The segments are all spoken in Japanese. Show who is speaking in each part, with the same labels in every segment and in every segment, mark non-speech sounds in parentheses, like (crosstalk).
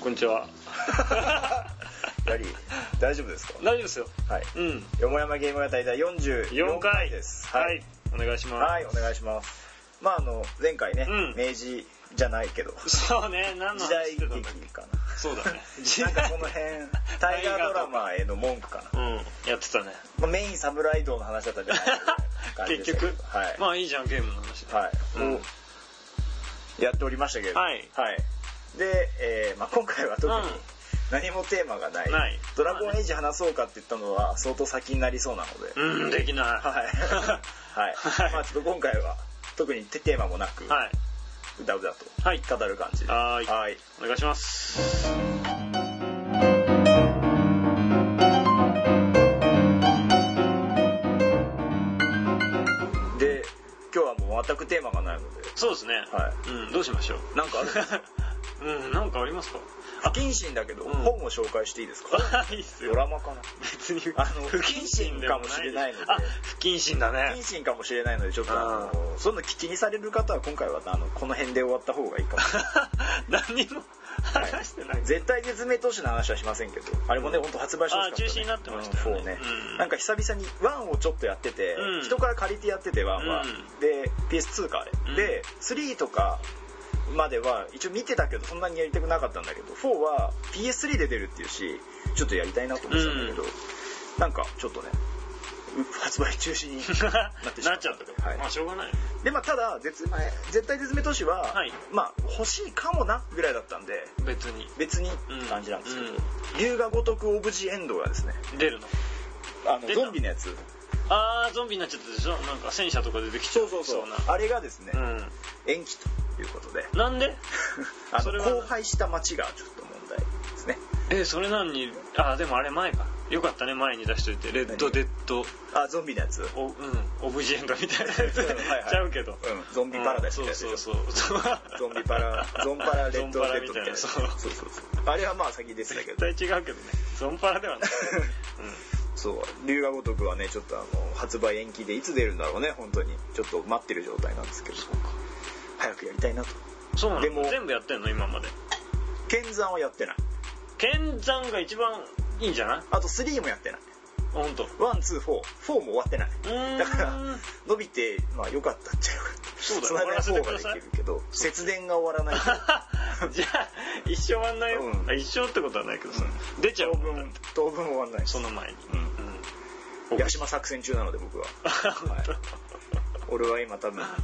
Speaker 1: こんにちは。
Speaker 2: やり (laughs) 大丈夫ですか
Speaker 1: 大丈夫ですよ。
Speaker 2: はい
Speaker 1: うん。
Speaker 2: よもやまゲームが大体44
Speaker 1: 4回
Speaker 2: 回です
Speaker 1: はい。お願いします。
Speaker 2: はい、お願いしますまああの前回ね、
Speaker 1: うん
Speaker 2: 明治じゃないけど
Speaker 1: そうね、何の
Speaker 2: 時
Speaker 1: 話
Speaker 2: 代
Speaker 1: して
Speaker 2: 劇
Speaker 1: たんだっ
Speaker 2: か
Speaker 1: けそうだ (laughs) ね。
Speaker 2: ななんかこ
Speaker 1: (laughs)
Speaker 2: の辺大河ドラマへの文句かな、
Speaker 1: うん、やってたね。
Speaker 2: まあ、メイン侍道の話だったじゃないかな (laughs) 感じで
Speaker 1: (laughs) 結
Speaker 2: したけど
Speaker 1: 局、
Speaker 2: はい、
Speaker 1: まあいいじゃん、ゲームの話で。
Speaker 2: はい、
Speaker 1: うん
Speaker 2: をやっておりましたけれど
Speaker 1: はい
Speaker 2: で、えーまあ、今回は特に
Speaker 1: うん
Speaker 2: 何もテーマがない「
Speaker 1: ない
Speaker 2: ドラゴンエイジ」話そうかって言ったのは相当先になりそうなので、
Speaker 1: うん、できない。 (laughs)
Speaker 2: はい、はい
Speaker 1: はい
Speaker 2: まあ、ちょっと今回は特にテーマもなく、
Speaker 1: はい。
Speaker 2: うだうだと
Speaker 1: はい
Speaker 2: 語る感じで
Speaker 1: は
Speaker 2: は
Speaker 1: ーい
Speaker 2: はい
Speaker 1: お願いします。
Speaker 2: で今日はもう全くテーマがないので
Speaker 1: そうですね。
Speaker 2: は
Speaker 1: うん、どうしましょう。
Speaker 2: なんかあるんで
Speaker 1: (laughs)
Speaker 2: すか
Speaker 1: うん、なんかあり
Speaker 2: (laughs)
Speaker 1: ますか
Speaker 2: 不謹慎だけど、
Speaker 1: うん
Speaker 2: 本を紹介していいですか
Speaker 1: いいっす
Speaker 2: ド
Speaker 1: よ。
Speaker 2: ラマかな
Speaker 1: 別に、
Speaker 2: あの
Speaker 1: で
Speaker 2: 不謹慎かもしれないので
Speaker 1: あ、不謹慎だ
Speaker 2: 不謹
Speaker 1: ね。
Speaker 2: 慎かもしれないのでちょっとあ
Speaker 1: う
Speaker 2: のそういうの聞きにされる方は今回はあのこの辺で終わった方がいいかも
Speaker 1: (laughs) 何も話してない。
Speaker 2: 絶対絶命投手の話はしませんけどあれもね本当発売してほしかった、
Speaker 1: あー中止になってましたよね
Speaker 2: うんそうね、
Speaker 1: うん
Speaker 2: なんか久々に1をちょっとやってて、
Speaker 1: うん
Speaker 2: 人から借りてやってて1は、
Speaker 1: うん
Speaker 2: で PS2 かあれ、
Speaker 1: うん
Speaker 2: で3とかまでは一応見てたけどそんなにやりたくなかったんだけど4は PS3 で出るっていうしちょっとやりたいなと思ってたんだけど、なんかちょっとねう発売中止に
Speaker 1: (laughs) な
Speaker 2: なってしま
Speaker 1: っ
Speaker 2: った
Speaker 1: ちゃったから、
Speaker 2: はい
Speaker 1: まあしょうがない。
Speaker 2: でまあただ絶前絶対絶命都市は、
Speaker 1: はい
Speaker 2: まあ欲しいかもなぐらいだったんで
Speaker 1: 別に。
Speaker 2: 別に
Speaker 1: うん
Speaker 2: 感じなんですけど、
Speaker 1: う
Speaker 2: 龍が如くオブジエンドがですね
Speaker 1: 出るの。
Speaker 2: あ
Speaker 1: 出た
Speaker 2: のゾンビのやつ
Speaker 1: あー、ゾンビになっちゃったでしょなんか戦車とか出てきちゃう。な。
Speaker 2: あれがですね、
Speaker 1: う
Speaker 2: 延期という
Speaker 1: (laughs)
Speaker 2: ことで
Speaker 1: ん。なんで
Speaker 2: あ
Speaker 1: それ
Speaker 2: の
Speaker 1: は
Speaker 2: 荒廃した街がちょっと問題ですね
Speaker 1: え、それなのに、あー、でもあれ前か。よかったね、前に出しといて。レッド、
Speaker 2: 何
Speaker 1: デッド、
Speaker 2: あゾンビのやつ
Speaker 1: おうん、オブジェンドみたいなや (laughs) つ
Speaker 2: うんはいは
Speaker 1: (laughs)
Speaker 2: い
Speaker 1: ちゃうけど、
Speaker 2: うんゾンビパラダイスみたいなやつ
Speaker 1: そうそうそう (laughs)
Speaker 2: ゾンビパラゾンパラレッド
Speaker 1: ゾンパ
Speaker 2: レ
Speaker 1: ラ
Speaker 2: ッ
Speaker 1: み
Speaker 2: ド
Speaker 1: た
Speaker 2: みた
Speaker 1: い
Speaker 2: い
Speaker 1: な
Speaker 2: な
Speaker 1: そう
Speaker 2: そうそうそうあれはまあ先でしたけ
Speaker 1: 絶 (laughs)
Speaker 2: ど
Speaker 1: 対違うけどねゾンパラで (laughs) はない、
Speaker 2: そう龍が如くはねちょっとあの発売延期でいつ出るんだろうね本当にちょっと待ってる状態なんですけど早くやりたいなと
Speaker 1: うん、そうな
Speaker 2: で
Speaker 1: の
Speaker 2: も
Speaker 1: 全部やってんの今まで
Speaker 2: 剣山はやってない
Speaker 1: 剣山が一番いいんじゃないあ
Speaker 2: あと3もやってない
Speaker 1: 本当。う
Speaker 2: 1244も終わってない
Speaker 1: ーん
Speaker 2: だから伸びてまあ良かったっちゃ良かった
Speaker 1: そうだ
Speaker 2: つながり
Speaker 1: 終わらせてくだ
Speaker 2: が
Speaker 1: さい
Speaker 2: できるけど節電が終わらないと
Speaker 1: (laughs) じゃあ一生終わんないよ、
Speaker 2: うん
Speaker 1: あ一生ってことはないけどさ、出ちゃう
Speaker 2: 当
Speaker 1: もんだっ
Speaker 2: 分
Speaker 1: て
Speaker 2: 当分終わらないです
Speaker 1: (laughs) その前に、うん
Speaker 2: 屋島作戦中なの
Speaker 1: (laughs)
Speaker 2: で僕は、はい、俺は今多分あ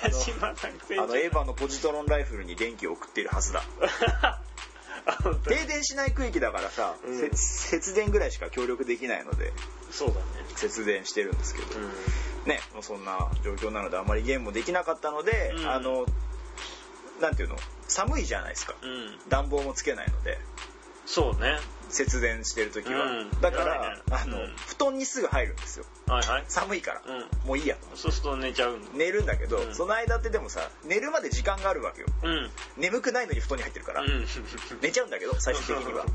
Speaker 1: 八島作戦
Speaker 2: のエヴァのポジトロンライフルに電気を送っているはずだ
Speaker 1: (laughs) あ本当
Speaker 2: 停電しない区域だからさ、
Speaker 1: うん
Speaker 2: せ節電ぐらいしか協力できないので
Speaker 1: そうだね
Speaker 2: 節電してるんですけど、
Speaker 1: う
Speaker 2: ねもうそんな状況なのであまりゲームもできなかったので、
Speaker 1: うん
Speaker 2: あのなんていうの寒いじゃないですか、
Speaker 1: ん、うん、
Speaker 2: 暖房もつけないので
Speaker 1: そうね
Speaker 2: 節電してる時は、
Speaker 1: うん
Speaker 2: だから、
Speaker 1: 偉いね
Speaker 2: あの
Speaker 1: うん
Speaker 2: 布団にすぐ入るんですよ
Speaker 1: はいはい
Speaker 2: 寒いから、
Speaker 1: う
Speaker 2: もういいやと
Speaker 1: そうすると寝ちゃうの
Speaker 2: 寝るんだけど、
Speaker 1: ん
Speaker 2: その間ってでもさ寝るまで時間があるわけよ
Speaker 1: うん
Speaker 2: 眠くないのに布団に入ってるから、
Speaker 1: う
Speaker 2: 寝ちゃうんだけど最終的には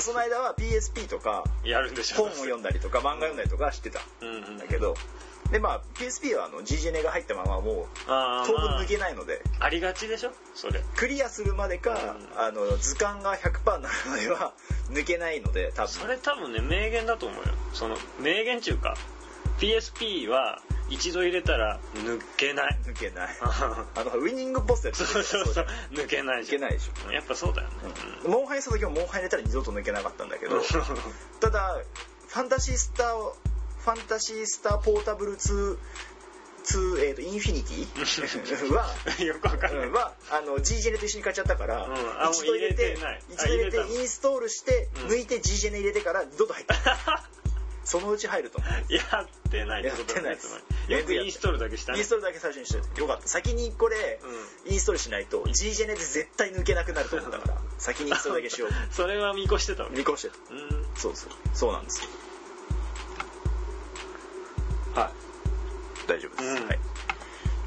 Speaker 2: その間は PSP とか
Speaker 1: ん (laughs) やるんでしょ
Speaker 2: 本を読んだりとか漫画読んだりとかしてた
Speaker 1: うんうんん
Speaker 2: だけど、でまあ PSP はあの GG ネが入ったままもう
Speaker 1: あー
Speaker 2: 当分抜け
Speaker 1: ま
Speaker 2: ないので、
Speaker 1: あ、ありがちでしょそれ
Speaker 2: クリアするまでか、
Speaker 1: うん
Speaker 2: あの図鑑が100%になるまでは抜けないので多分
Speaker 1: それ多分ね名言だと思うよその名言中か PSP は一度入れたら抜けない (laughs)
Speaker 2: 抜けないあのウィニングポストやって
Speaker 1: そうそうそう
Speaker 2: じゃん
Speaker 1: 抜けない
Speaker 2: 抜
Speaker 1: じゃ
Speaker 2: け
Speaker 1: ん
Speaker 2: ないでし
Speaker 1: やっぱそうだよね、
Speaker 2: ょ、モンハンにした時もモンハン入れたら二度と抜けなかったんだけ
Speaker 1: (laughs)
Speaker 2: どただファンタシースターをファンタシースターポータブル2 2えー、とインフィニテ
Speaker 1: (laughs)
Speaker 2: ィは
Speaker 1: うんよくわかんない、
Speaker 2: うんはあの G ジェネと一緒に買っちゃったから、
Speaker 1: うんあもう
Speaker 2: 一度入
Speaker 1: 入
Speaker 2: れ
Speaker 1: れ
Speaker 2: て
Speaker 1: てない
Speaker 2: 一度入れて
Speaker 1: あ入れたの
Speaker 2: インストールして、
Speaker 1: うん
Speaker 2: 抜いて G ジェネ入れてから二度と入ったそのうち入ると思う
Speaker 1: やってないってことだね
Speaker 2: やって
Speaker 1: つ
Speaker 2: ない
Speaker 1: ま
Speaker 2: です
Speaker 1: りよくインストールだけした
Speaker 2: イ
Speaker 1: ね
Speaker 2: ンストールだけ最初にしててよかった先にこれ、インストールしないと G ジェネで絶対抜けなくなると思った
Speaker 1: (laughs)
Speaker 2: から先にインストールだけしよう
Speaker 1: それは見越してたわけ
Speaker 2: 見越してた
Speaker 1: うん
Speaker 2: そうそうそうなんですよはい大丈夫です、
Speaker 1: うん
Speaker 2: はい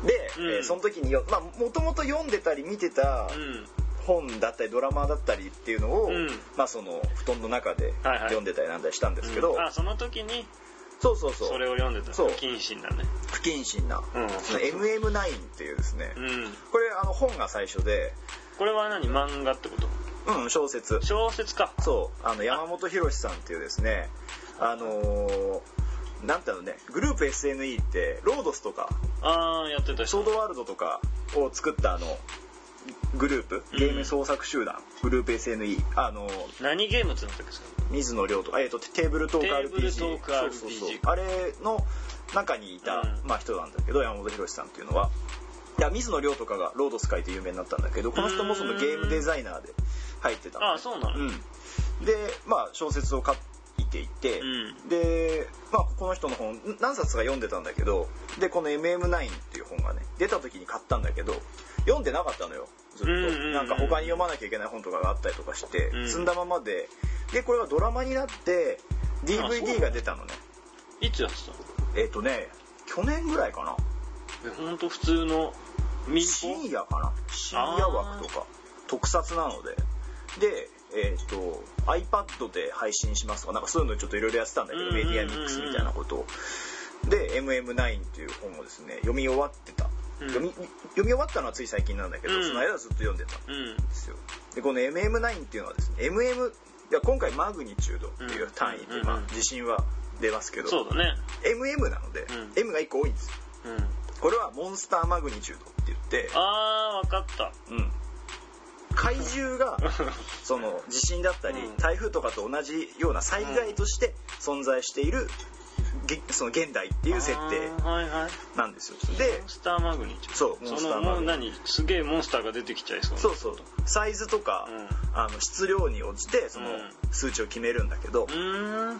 Speaker 2: で、えー
Speaker 1: うん
Speaker 2: その時によまあもともと読んでたり見てた
Speaker 1: うん
Speaker 2: 本だったりドラマだったりっていうのを、
Speaker 1: うん
Speaker 2: まあその布団の中で
Speaker 1: はいはい
Speaker 2: 読んでたりなんだりしたんですけど、
Speaker 1: うんあその時に
Speaker 2: そうそうそう
Speaker 1: それを読んでた
Speaker 2: そう
Speaker 1: 不謹慎だね
Speaker 2: 不謹慎な、
Speaker 1: うん
Speaker 2: その MM9 っていうですね、
Speaker 1: うん
Speaker 2: これあの本が最初で
Speaker 1: これは何漫画ってこと
Speaker 2: うん小説
Speaker 1: 小説か
Speaker 2: そうあの山本博さんっていうですねあのーなんていうのねグループ SNE ってロードスとか
Speaker 1: ああやってた
Speaker 2: ソードワールドとかを作ったあのグループゲーム創作集団、グループ SNE あの
Speaker 1: 何ゲームっつうんだったっけそれ
Speaker 2: 水野亮とか、えー、とテーブルトーク RPG
Speaker 1: テーブルトーク RPG
Speaker 2: そうそうそうあれの中にいた、
Speaker 1: うん
Speaker 2: まあ、人なんだけど山本博さんっていうのはいや水野亮とかがロードス界で有名になったんだけどこの人もそのゲームデザイナーで入ってたのね
Speaker 1: ああそうなの
Speaker 2: うん、でまあ小説を書いていて、
Speaker 1: う
Speaker 2: で、まあ、この人の本ん何冊か読んでたんだけどでこの「MM9」っていう本がね出た時に買ったんだけど読んでなかったのよずっと、
Speaker 1: うんうんうん
Speaker 2: なんか他に読まなきゃいけない本とかがあったりとかして、
Speaker 1: うん
Speaker 2: 積んだままででこれがドラマになって
Speaker 1: あそう
Speaker 2: DVD が出たのね
Speaker 1: いつやってたの
Speaker 2: えっ、とね去年ぐらいかな
Speaker 1: えほんと普通の民
Speaker 2: 深
Speaker 1: 放
Speaker 2: 夜かな深夜枠とか特撮なのででえっ、と iPad で配信しますとかなんかそういうのちょっといろいろやってたんだけど、
Speaker 1: うんうんうんうん
Speaker 2: メディアミックスみたいなことをで「MM9」っていう本をですね読み終わってた、
Speaker 1: うん
Speaker 2: 読み読み終わったのはつい最近なんだけど、
Speaker 1: うん
Speaker 2: その間はずっと読んでたん
Speaker 1: うん
Speaker 2: ですよでこの「MM9」っていうのはですね MM いや今回マグニチュードっていう単位で、
Speaker 1: うんうんうん
Speaker 2: まあ、地震は出ますけど
Speaker 1: そうだね
Speaker 2: MM なので、
Speaker 1: ん
Speaker 2: M が1個多いんですよ
Speaker 1: うん
Speaker 2: これはモンスターマグニチュードって言って
Speaker 1: あー分かった
Speaker 2: うん、怪
Speaker 1: (laughs)
Speaker 2: 獣がその地震だったり
Speaker 1: うん
Speaker 2: 台風とかと同じような災害として存在しているげその現代っていう設定
Speaker 1: あーはいはい
Speaker 2: なんですよで
Speaker 1: モンスターマグニチュ
Speaker 2: そうモン
Speaker 1: そ
Speaker 2: スター
Speaker 1: のも
Speaker 2: マグ
Speaker 1: う
Speaker 2: ニ
Speaker 1: 何すげえモンスターが出てきちゃいそうな
Speaker 2: そうそうサイズとか、
Speaker 1: う
Speaker 2: あの質量に応じてその
Speaker 1: うん
Speaker 2: 数値を決めるんだけど
Speaker 1: う、ーん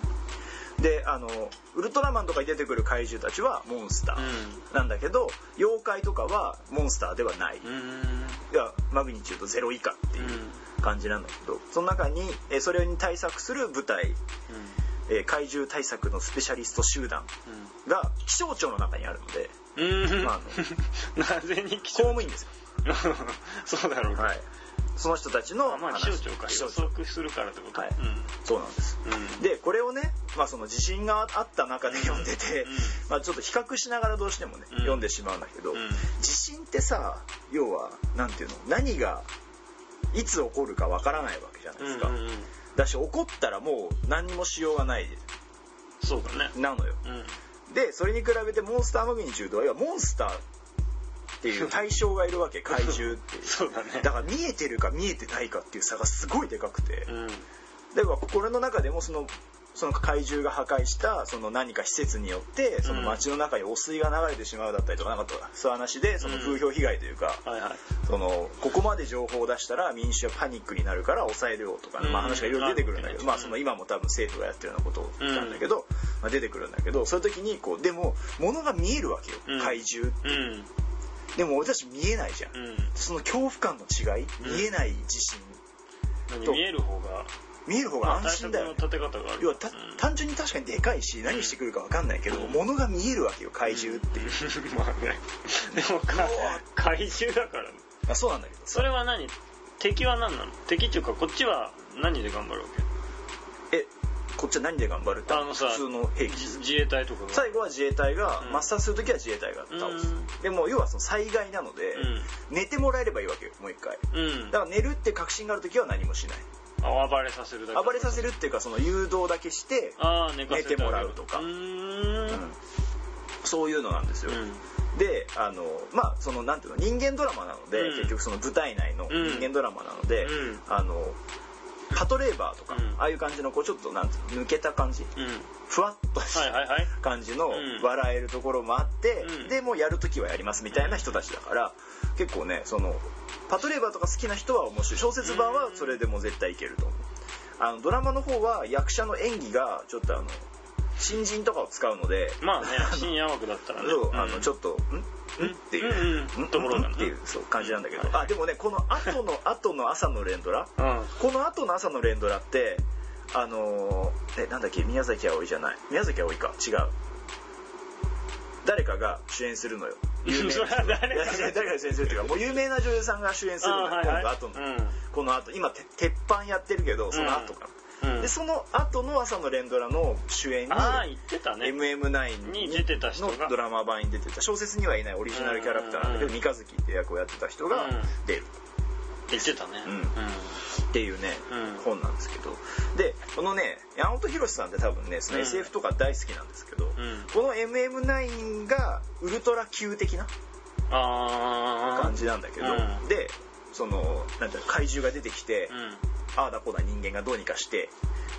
Speaker 2: であのウルトラマンとかに出てくる怪獣たちはモンスタ
Speaker 1: う
Speaker 2: ーなんだけど、妖怪とかはモンスターではない、
Speaker 1: うー
Speaker 2: い
Speaker 1: ん
Speaker 2: やマグニチュード0以下っていう感じなんだけどその中にえーそれに対策する部隊えー怪獣対策のスペシャリスト集団が気象庁の中にあるので
Speaker 1: うんうんうん、
Speaker 2: まあ
Speaker 1: (laughs) なぜに気
Speaker 2: 公
Speaker 1: 象
Speaker 2: 務員ですよ
Speaker 1: (laughs) そうだろうか、
Speaker 2: はいその人たちの
Speaker 1: あまあ
Speaker 2: 話
Speaker 1: 気象庁か
Speaker 2: 気
Speaker 1: 予
Speaker 2: 象庁
Speaker 1: 測するからってこと、
Speaker 2: はい
Speaker 1: うん
Speaker 2: そうなんです
Speaker 1: うん
Speaker 2: でこれをね、まあ、その地震があった中で読んでて、
Speaker 1: うん
Speaker 2: まあ、ちょっと比較しながらどうしてもね、
Speaker 1: うん
Speaker 2: 読んでしまうんだけど、
Speaker 1: うん
Speaker 2: 地震ってさ要は何ていうの何がいつ起こるかわからないわけじゃないですか、
Speaker 1: うんうんうん
Speaker 2: だし起こったらもう何にもしようがない
Speaker 1: そうだね
Speaker 2: なのよ
Speaker 1: うん
Speaker 2: でそれに比べてモンスターマグニチュードは要はモンスターっていう対象がいるわけ怪獣っていう
Speaker 1: そうだね
Speaker 2: だから見えてるか見えてないかっていう差がすごいでかくて
Speaker 1: うん
Speaker 2: だから心の中でもそのその怪獣が破壊したその何か施設によってその街の中に汚水が流れてしまうだったりとかなんかとそういう話でその風評被害というか、
Speaker 1: はいはい
Speaker 2: そのここまで情報を出したら民衆はパニックになるから抑えるよとかね、まあ、
Speaker 1: うん
Speaker 2: 話がいろいろ出てくるんだけど、
Speaker 1: うん
Speaker 2: まあ、その今も多分政府がやってるようなことなんだけど、まあ、出てくるんだけどそういう時にこうでも物が見えるわけよ、
Speaker 1: うん
Speaker 2: 怪獣
Speaker 1: うん
Speaker 2: でも俺たち見えないじゃん、
Speaker 1: うん
Speaker 2: その恐怖感の違い
Speaker 1: ん
Speaker 2: 見えない地震
Speaker 1: 何
Speaker 2: と
Speaker 1: 見える方が
Speaker 2: 見える方
Speaker 1: ま
Speaker 2: が
Speaker 1: あ
Speaker 2: 安心だよね、
Speaker 1: 対策の立て方がある
Speaker 2: 要はた
Speaker 1: うん
Speaker 2: 単純に確かにでかいし何してくるか分かんないけど、物が見えるわけよ怪獣っていう、
Speaker 1: (laughs) まあねでもか
Speaker 2: うわ
Speaker 1: 怪獣だからね
Speaker 2: あそうなんだけど
Speaker 1: それは何敵は何なの敵っていうかこっちは何で頑張るわ
Speaker 2: えこっちは何で頑張るって
Speaker 1: あのさ
Speaker 2: 普通の兵
Speaker 1: け
Speaker 2: 器
Speaker 1: じ自衛隊とかが
Speaker 2: 最後は自衛隊が、
Speaker 1: うん
Speaker 2: 抹殺する時は自衛隊が倒す、
Speaker 1: うん
Speaker 2: でも要はその災害なの
Speaker 1: う
Speaker 2: で、寝てもらえればいいわけよもう一回
Speaker 1: うん
Speaker 2: だから寝るって確信がある時は何もしない
Speaker 1: あ暴れさせるだけ
Speaker 2: 暴れさせるっていうかその誘導だけして、
Speaker 1: ああ寝かせ
Speaker 2: 寝てもらうとか
Speaker 1: うーん
Speaker 2: うんそういうのなんですよ、であのまあそのなんていうの人間ドラマなので、
Speaker 1: うん
Speaker 2: 結局その舞台内の
Speaker 1: うん
Speaker 2: 人間ドラマなので、
Speaker 1: うん
Speaker 2: あのパトレーバーとか、
Speaker 1: うん
Speaker 2: ああいう感じのこうちょっとなんていうの抜けた感じ
Speaker 1: うんうん
Speaker 2: ふわっとした、
Speaker 1: はいはいはい
Speaker 2: 感じの
Speaker 1: うん
Speaker 2: 笑えるところもあって、
Speaker 1: うん
Speaker 2: でもうやる時はやりますみたいな人たちだから結構ねそのパトレーバーとか好きな人は面白い小説版はそれでも絶対いけると思うあのドラマの方は役者の演技がちょっとあの新人とかを使うので、
Speaker 1: まあ
Speaker 2: (laughs)
Speaker 1: ね深夜枠だったらね
Speaker 2: そうあのちょ
Speaker 1: と
Speaker 2: っと「んん?」っていう
Speaker 1: うんう
Speaker 2: 「
Speaker 1: んところ
Speaker 2: ん
Speaker 1: が
Speaker 2: んっていうそう感じなんだけど、
Speaker 1: はい
Speaker 2: あでもねこの後の後の朝の連ドラ
Speaker 1: うんうん
Speaker 2: この後の朝の連ドラってあのーえなんだっけ宮崎あおいじゃない宮崎あおいか違う誰かが主演するのよ有名な
Speaker 1: それ (laughs) は誰か
Speaker 2: 誰かの先生っていうかもう有名な女優さんが主演するの
Speaker 1: あー
Speaker 2: 今
Speaker 1: はい
Speaker 2: 度
Speaker 1: はい
Speaker 2: 後の、
Speaker 1: うん
Speaker 2: この後今て鉄板やってるけどその後か、
Speaker 1: うん
Speaker 2: でその後の朝の連ドラの主演に
Speaker 1: ああ言ってたね
Speaker 2: MM9
Speaker 1: に出てた人が
Speaker 2: のドラマ版に出てた小説にはいないオリジナルキャラクターなんだけ
Speaker 1: うん
Speaker 2: ど三日月って役をやってた人が
Speaker 1: うん
Speaker 2: 出る
Speaker 1: 言ってたね
Speaker 2: うんっていうね、
Speaker 1: うん
Speaker 2: 本なんですけどでこのね山本博さんって多分ねその
Speaker 1: うん
Speaker 2: SF とか大好きなんですけど、
Speaker 1: ん
Speaker 2: この MM9 がウルトラ級的な
Speaker 1: ああ
Speaker 2: 感じなんだけど、
Speaker 1: うん
Speaker 2: でそのなんていうの怪獣が出てきて、
Speaker 1: う
Speaker 2: ああだこうだ人間がどうにかして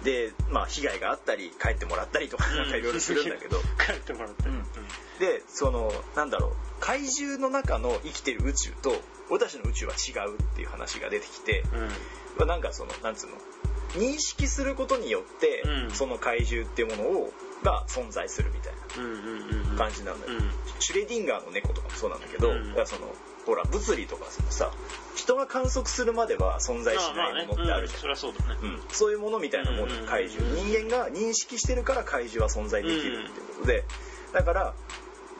Speaker 2: でまあ被害があったり帰ってもらったりとか
Speaker 1: ん
Speaker 2: なんかいろいろするんだ
Speaker 1: (laughs)
Speaker 2: けど、
Speaker 1: 帰ってもらって
Speaker 2: うんでそのなんだろう怪獣の中の生きてる宇宙と俺たちの宇宙は違うっていう話が出てきて、
Speaker 1: うん
Speaker 2: まあなんかそのなんつうの認識することによって、
Speaker 1: うん
Speaker 2: その怪獣っていうものをが存在するみたい
Speaker 1: うんうんうんうん
Speaker 2: な感じなんだよ、
Speaker 1: うん
Speaker 2: シュレディンガーの猫とかもそうなんだけど、
Speaker 1: うん
Speaker 2: だからそのほら物理とかさ人が観測するまでは存在しないものってあるじゃん
Speaker 1: まねうんそりゃそうだね
Speaker 2: うん、そういうものみたいなもんだよ
Speaker 1: うん
Speaker 2: 怪獣人間が認識してるから怪獣は存在できるっていうことでだから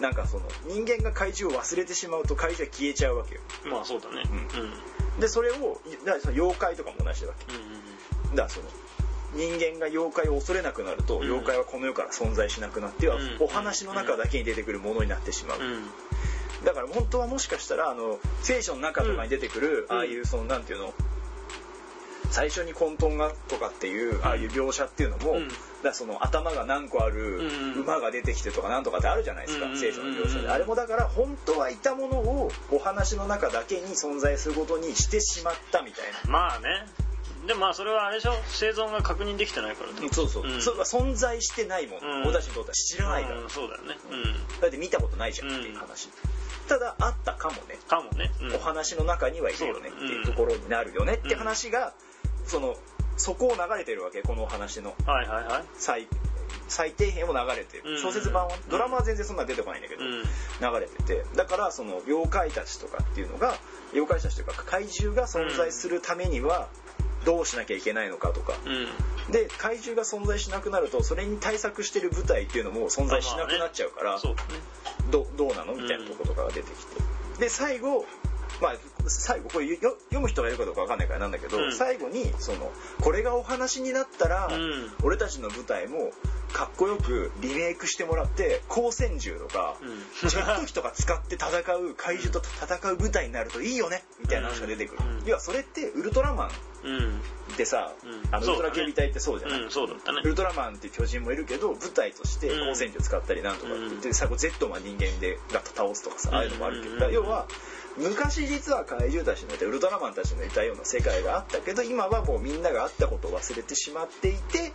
Speaker 2: なんかその人間が怪獣を忘れてしまうと怪獣は消えちゃうわけよ
Speaker 1: まあそうだね
Speaker 2: う
Speaker 1: うんんうん
Speaker 2: でそれをだからその妖怪とかも同じだわけだからその人間が妖怪を恐れなくなると、
Speaker 1: ん
Speaker 2: 妖怪はこの世から存在しなくなっては、
Speaker 1: うん
Speaker 2: お話の中だけに出てくるものになってしまう、
Speaker 1: うんうんうん
Speaker 2: だから本当はもしかしたらあの聖書の中とかに出てくる、
Speaker 1: うん
Speaker 2: ああいうそのなんていうの最初に混沌がとかっていうああいう描写っていうのも、
Speaker 1: うん
Speaker 2: だからその頭が何個ある
Speaker 1: うん
Speaker 2: 馬が出てきてとかなんとかってあるじゃないですか、
Speaker 1: うん
Speaker 2: 聖書の描写
Speaker 1: う
Speaker 2: で
Speaker 1: ん
Speaker 2: あれもだから本当はいたものをお話の中だけに存在することにしてしまったみたいな
Speaker 1: まあねでもまあそれはあれでしょ生存が確認できてないからだ
Speaker 2: そうそう、
Speaker 1: うん
Speaker 2: それは存在してないもの、
Speaker 1: うん
Speaker 2: 俺たちにとっては知らないから、
Speaker 1: うんそうだよね
Speaker 2: だって見たことないじゃんっていう話、ただあったかもね
Speaker 1: うん、かもね、うん
Speaker 2: お話の中にはいるよねっていうところになるよねって話が、そのそこを流れてるわけこのお話の
Speaker 1: はいはいはい
Speaker 2: 最最底辺を流れて
Speaker 1: う
Speaker 2: る
Speaker 1: ん
Speaker 2: 小説版はねドラマは全然そんな出てこないんだけど、
Speaker 1: うん
Speaker 2: 流れててだからその妖怪たちとかっていうのが妖怪たちというか怪獣が存在するためにはどうしなきゃいけないのかとか、
Speaker 1: うん
Speaker 2: で怪獣が存在しなくなるとそれに対策してる部隊っていうのも存在しなくなっちゃうから、
Speaker 1: そうだね
Speaker 2: どどうなのみたいなところとかが出てきて、で最後まあ最後これよよ読む人がいるかどうかわかんないからなんだけど、
Speaker 1: うん
Speaker 2: 最後にそのこれがお話になったら、
Speaker 1: うん
Speaker 2: 俺たちの舞台もかっこよくリメイクしてもらって光線銃とか、
Speaker 1: うん
Speaker 2: ジェット機とか使って戦う怪獣と戦う舞台になるといいよねみたいな話が出てくる、
Speaker 1: うん
Speaker 2: 要はそれってウルトラマン
Speaker 1: うん
Speaker 2: ってさ、
Speaker 1: うん
Speaker 2: あのウルトラ警備隊ってそうじゃない、
Speaker 1: うんそうだったね
Speaker 2: ウルトラマンっていう巨人もいるけど舞台として
Speaker 1: うん
Speaker 2: 光線銃使ったりなんとかって言って、最後ゼットマン人間でが倒すとかさああいうのもあるけど、
Speaker 1: うん
Speaker 2: だから要は昔実は怪獣たちのいたウルトラマンたちのいたような世界があったけど今はもうみんながあったことを忘れてしまっていて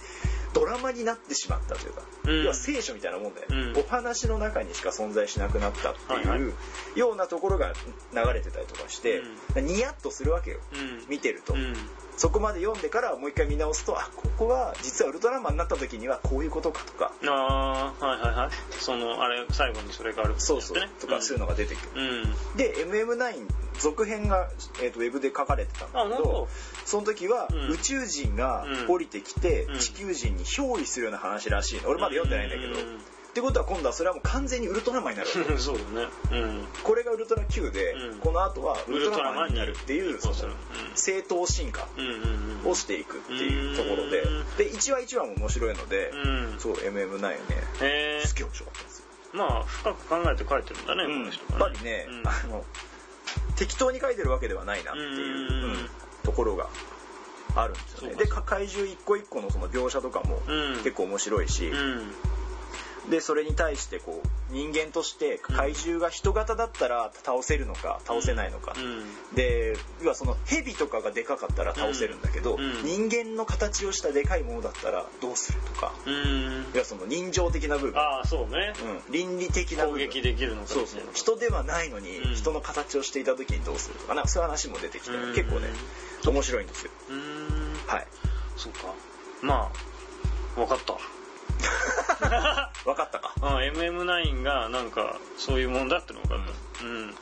Speaker 2: ドラマになってしまったというか、
Speaker 1: うん
Speaker 2: 要は聖書みたいなもんだよ、
Speaker 1: うん
Speaker 2: お話の中にしか存在しなくなったっていう、
Speaker 1: はいは
Speaker 2: ようなところが流れてたりとかして、ニヤッとするわけよ、
Speaker 1: うん
Speaker 2: 見てると。
Speaker 1: うん
Speaker 2: そこまで読んでからもう一回見直すとあここは実はウルトラマンになった時にはこういうことかとか
Speaker 1: ああはいはいはいそのあれ最後にそれがあるって
Speaker 2: そうそう
Speaker 1: やつね
Speaker 2: とかそういうのが出てくる、
Speaker 1: うん、うん (laughs)
Speaker 2: で MM9 続編が、えーとウェブで書かれてたんだけ
Speaker 1: あなるほ
Speaker 2: ど
Speaker 1: ど
Speaker 2: その時は
Speaker 1: うん
Speaker 2: 宇宙人が降りてきて
Speaker 1: うん
Speaker 2: 地球人に憑依するような話らしいの俺まだ読んでないんだけど、
Speaker 1: うん
Speaker 2: ってことは今度はそれはもう完全にウルトラマンになるわけ
Speaker 1: そうだねうん
Speaker 2: これがウルトラ Q で、
Speaker 1: うん
Speaker 2: この後はウ
Speaker 1: ウ
Speaker 2: ル
Speaker 1: ル
Speaker 2: ト
Speaker 1: ト
Speaker 2: ラ
Speaker 1: ラ
Speaker 2: マ
Speaker 1: マン
Speaker 2: ンに
Speaker 1: に
Speaker 2: な
Speaker 1: なる
Speaker 2: るっていう
Speaker 1: そう
Speaker 2: そ
Speaker 1: そ
Speaker 2: の
Speaker 1: ううん
Speaker 2: 正当進化
Speaker 1: うんうんうん
Speaker 2: をしていくっていうところで
Speaker 1: うん
Speaker 2: で1話1話も面白いので、
Speaker 1: うん
Speaker 2: そう MM9 ね
Speaker 1: え
Speaker 2: すげえ面白かったんですよ、
Speaker 1: ー、まあ深く考えて書いてるんだね、
Speaker 2: うん
Speaker 1: この
Speaker 2: やっ
Speaker 1: 人が
Speaker 2: ぱりね、あの適当に書いてるわけではないなっていう、
Speaker 1: うん
Speaker 2: うんところがあるんですよね
Speaker 1: そうか
Speaker 2: でか怪獣一個一個のその描写とかも
Speaker 1: うん
Speaker 2: 結構面白いし、
Speaker 1: うん、うん
Speaker 2: でそれに対してこう人間として怪獣が人型だったら倒せるのか倒せないのか、で要はその蛇とかがでかかったら倒せるんだけ
Speaker 1: う
Speaker 2: ど、
Speaker 1: ん
Speaker 2: 人間の形をしたでかいものだったらどうするとか
Speaker 1: うんうん
Speaker 2: いやその人情的な部分、
Speaker 1: ああそうね、
Speaker 2: うん、倫理的な部
Speaker 1: 攻
Speaker 2: 分
Speaker 1: 撃できるのか
Speaker 2: そうそう人ではないのに
Speaker 1: うん
Speaker 2: 人の形をしていた時にどうするとかなんかそういう話も出てきて
Speaker 1: うん
Speaker 2: 結構ね面白いんですよ
Speaker 1: うーん
Speaker 2: はい
Speaker 1: そうかまあわかった
Speaker 2: 分かったか
Speaker 1: あ MM9 がなんかそういうもんだっての分かったうん、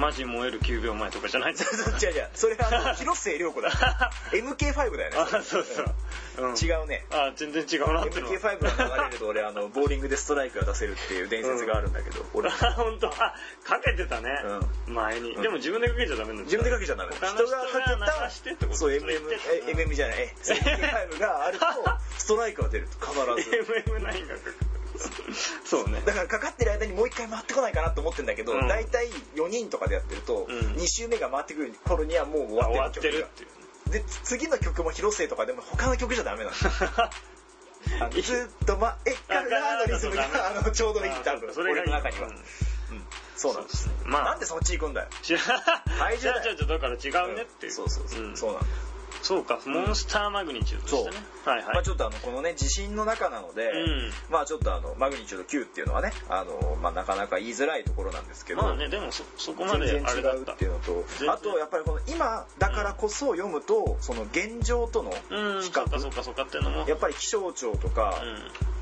Speaker 1: マジ燃える9秒前とか
Speaker 2: (laughs)
Speaker 1: じゃないです
Speaker 2: 違う違うそ
Speaker 1: (laughs)
Speaker 2: れはあの広末涼子だ MK5 だよね
Speaker 1: あそうそう、うん
Speaker 2: 違うね
Speaker 1: あ全然違うなっての
Speaker 2: MK5 が流れると俺あのボーリングでストライクが出せるっていう伝説があるんだけど、
Speaker 1: (laughs)
Speaker 2: 俺
Speaker 1: あ (laughs) 本当あかけてたね、前に、
Speaker 2: ん
Speaker 1: でも自分でかけちゃダメなんだ
Speaker 2: 自分でかけちゃダメ
Speaker 1: 他の人が流してってこ
Speaker 2: た
Speaker 1: と
Speaker 2: そう MM
Speaker 1: 言って
Speaker 2: え MM じ
Speaker 1: (laughs)
Speaker 2: ゃないえ MK5 があるとストライクが出ると
Speaker 1: (laughs)
Speaker 2: 必ず
Speaker 1: MM9 がかかるそうね
Speaker 2: だからかかってる間にもう一回回ってこないかなと思ってんだけど、
Speaker 1: うん
Speaker 2: 大体4人とかでやってると、
Speaker 1: うん
Speaker 2: 2周目が回ってくる頃にはもう終
Speaker 1: 終
Speaker 2: わ
Speaker 1: わ
Speaker 2: っ
Speaker 1: ってて
Speaker 2: る曲
Speaker 1: る
Speaker 2: が
Speaker 1: っていう
Speaker 2: でつ次の曲も広末とかでも他の曲じゃダメなんだよあのずっと、ま「えっからな」のリズム
Speaker 1: あから
Speaker 2: が
Speaker 1: な
Speaker 2: あのちょうどいい多
Speaker 1: あ
Speaker 2: 分
Speaker 1: それがい
Speaker 2: 俺
Speaker 1: い
Speaker 2: の中には、
Speaker 1: うん
Speaker 2: そうなんです、
Speaker 1: そうですねまあ
Speaker 2: なんでそっち行くんだよ
Speaker 1: じゃあ
Speaker 2: 体
Speaker 1: じ
Speaker 2: 重
Speaker 1: ゃ
Speaker 2: だよ
Speaker 1: あだから違うねっていう
Speaker 2: そうそうそう、
Speaker 1: ん
Speaker 2: そうなんだ
Speaker 1: そうかモンスターマグニチュードでしたねはいはい
Speaker 2: まあ、ちょっとあのこのね地震の中なので、
Speaker 1: うん
Speaker 2: まあちょっとあのマグニチュード9っていうのはねあの、まあ、なかなか言いづらいところなんですけど、
Speaker 1: まあねでもそそこま
Speaker 2: 全
Speaker 1: で
Speaker 2: 然
Speaker 1: あ
Speaker 2: 違
Speaker 1: れだっ
Speaker 2: う
Speaker 1: た
Speaker 2: っていうのと
Speaker 1: 然
Speaker 2: あとやっぱりこの今だからこそ読むとその現状との比
Speaker 1: うんそっかそっ
Speaker 2: 較
Speaker 1: かそっかっていうのも
Speaker 2: やっぱり気象庁とか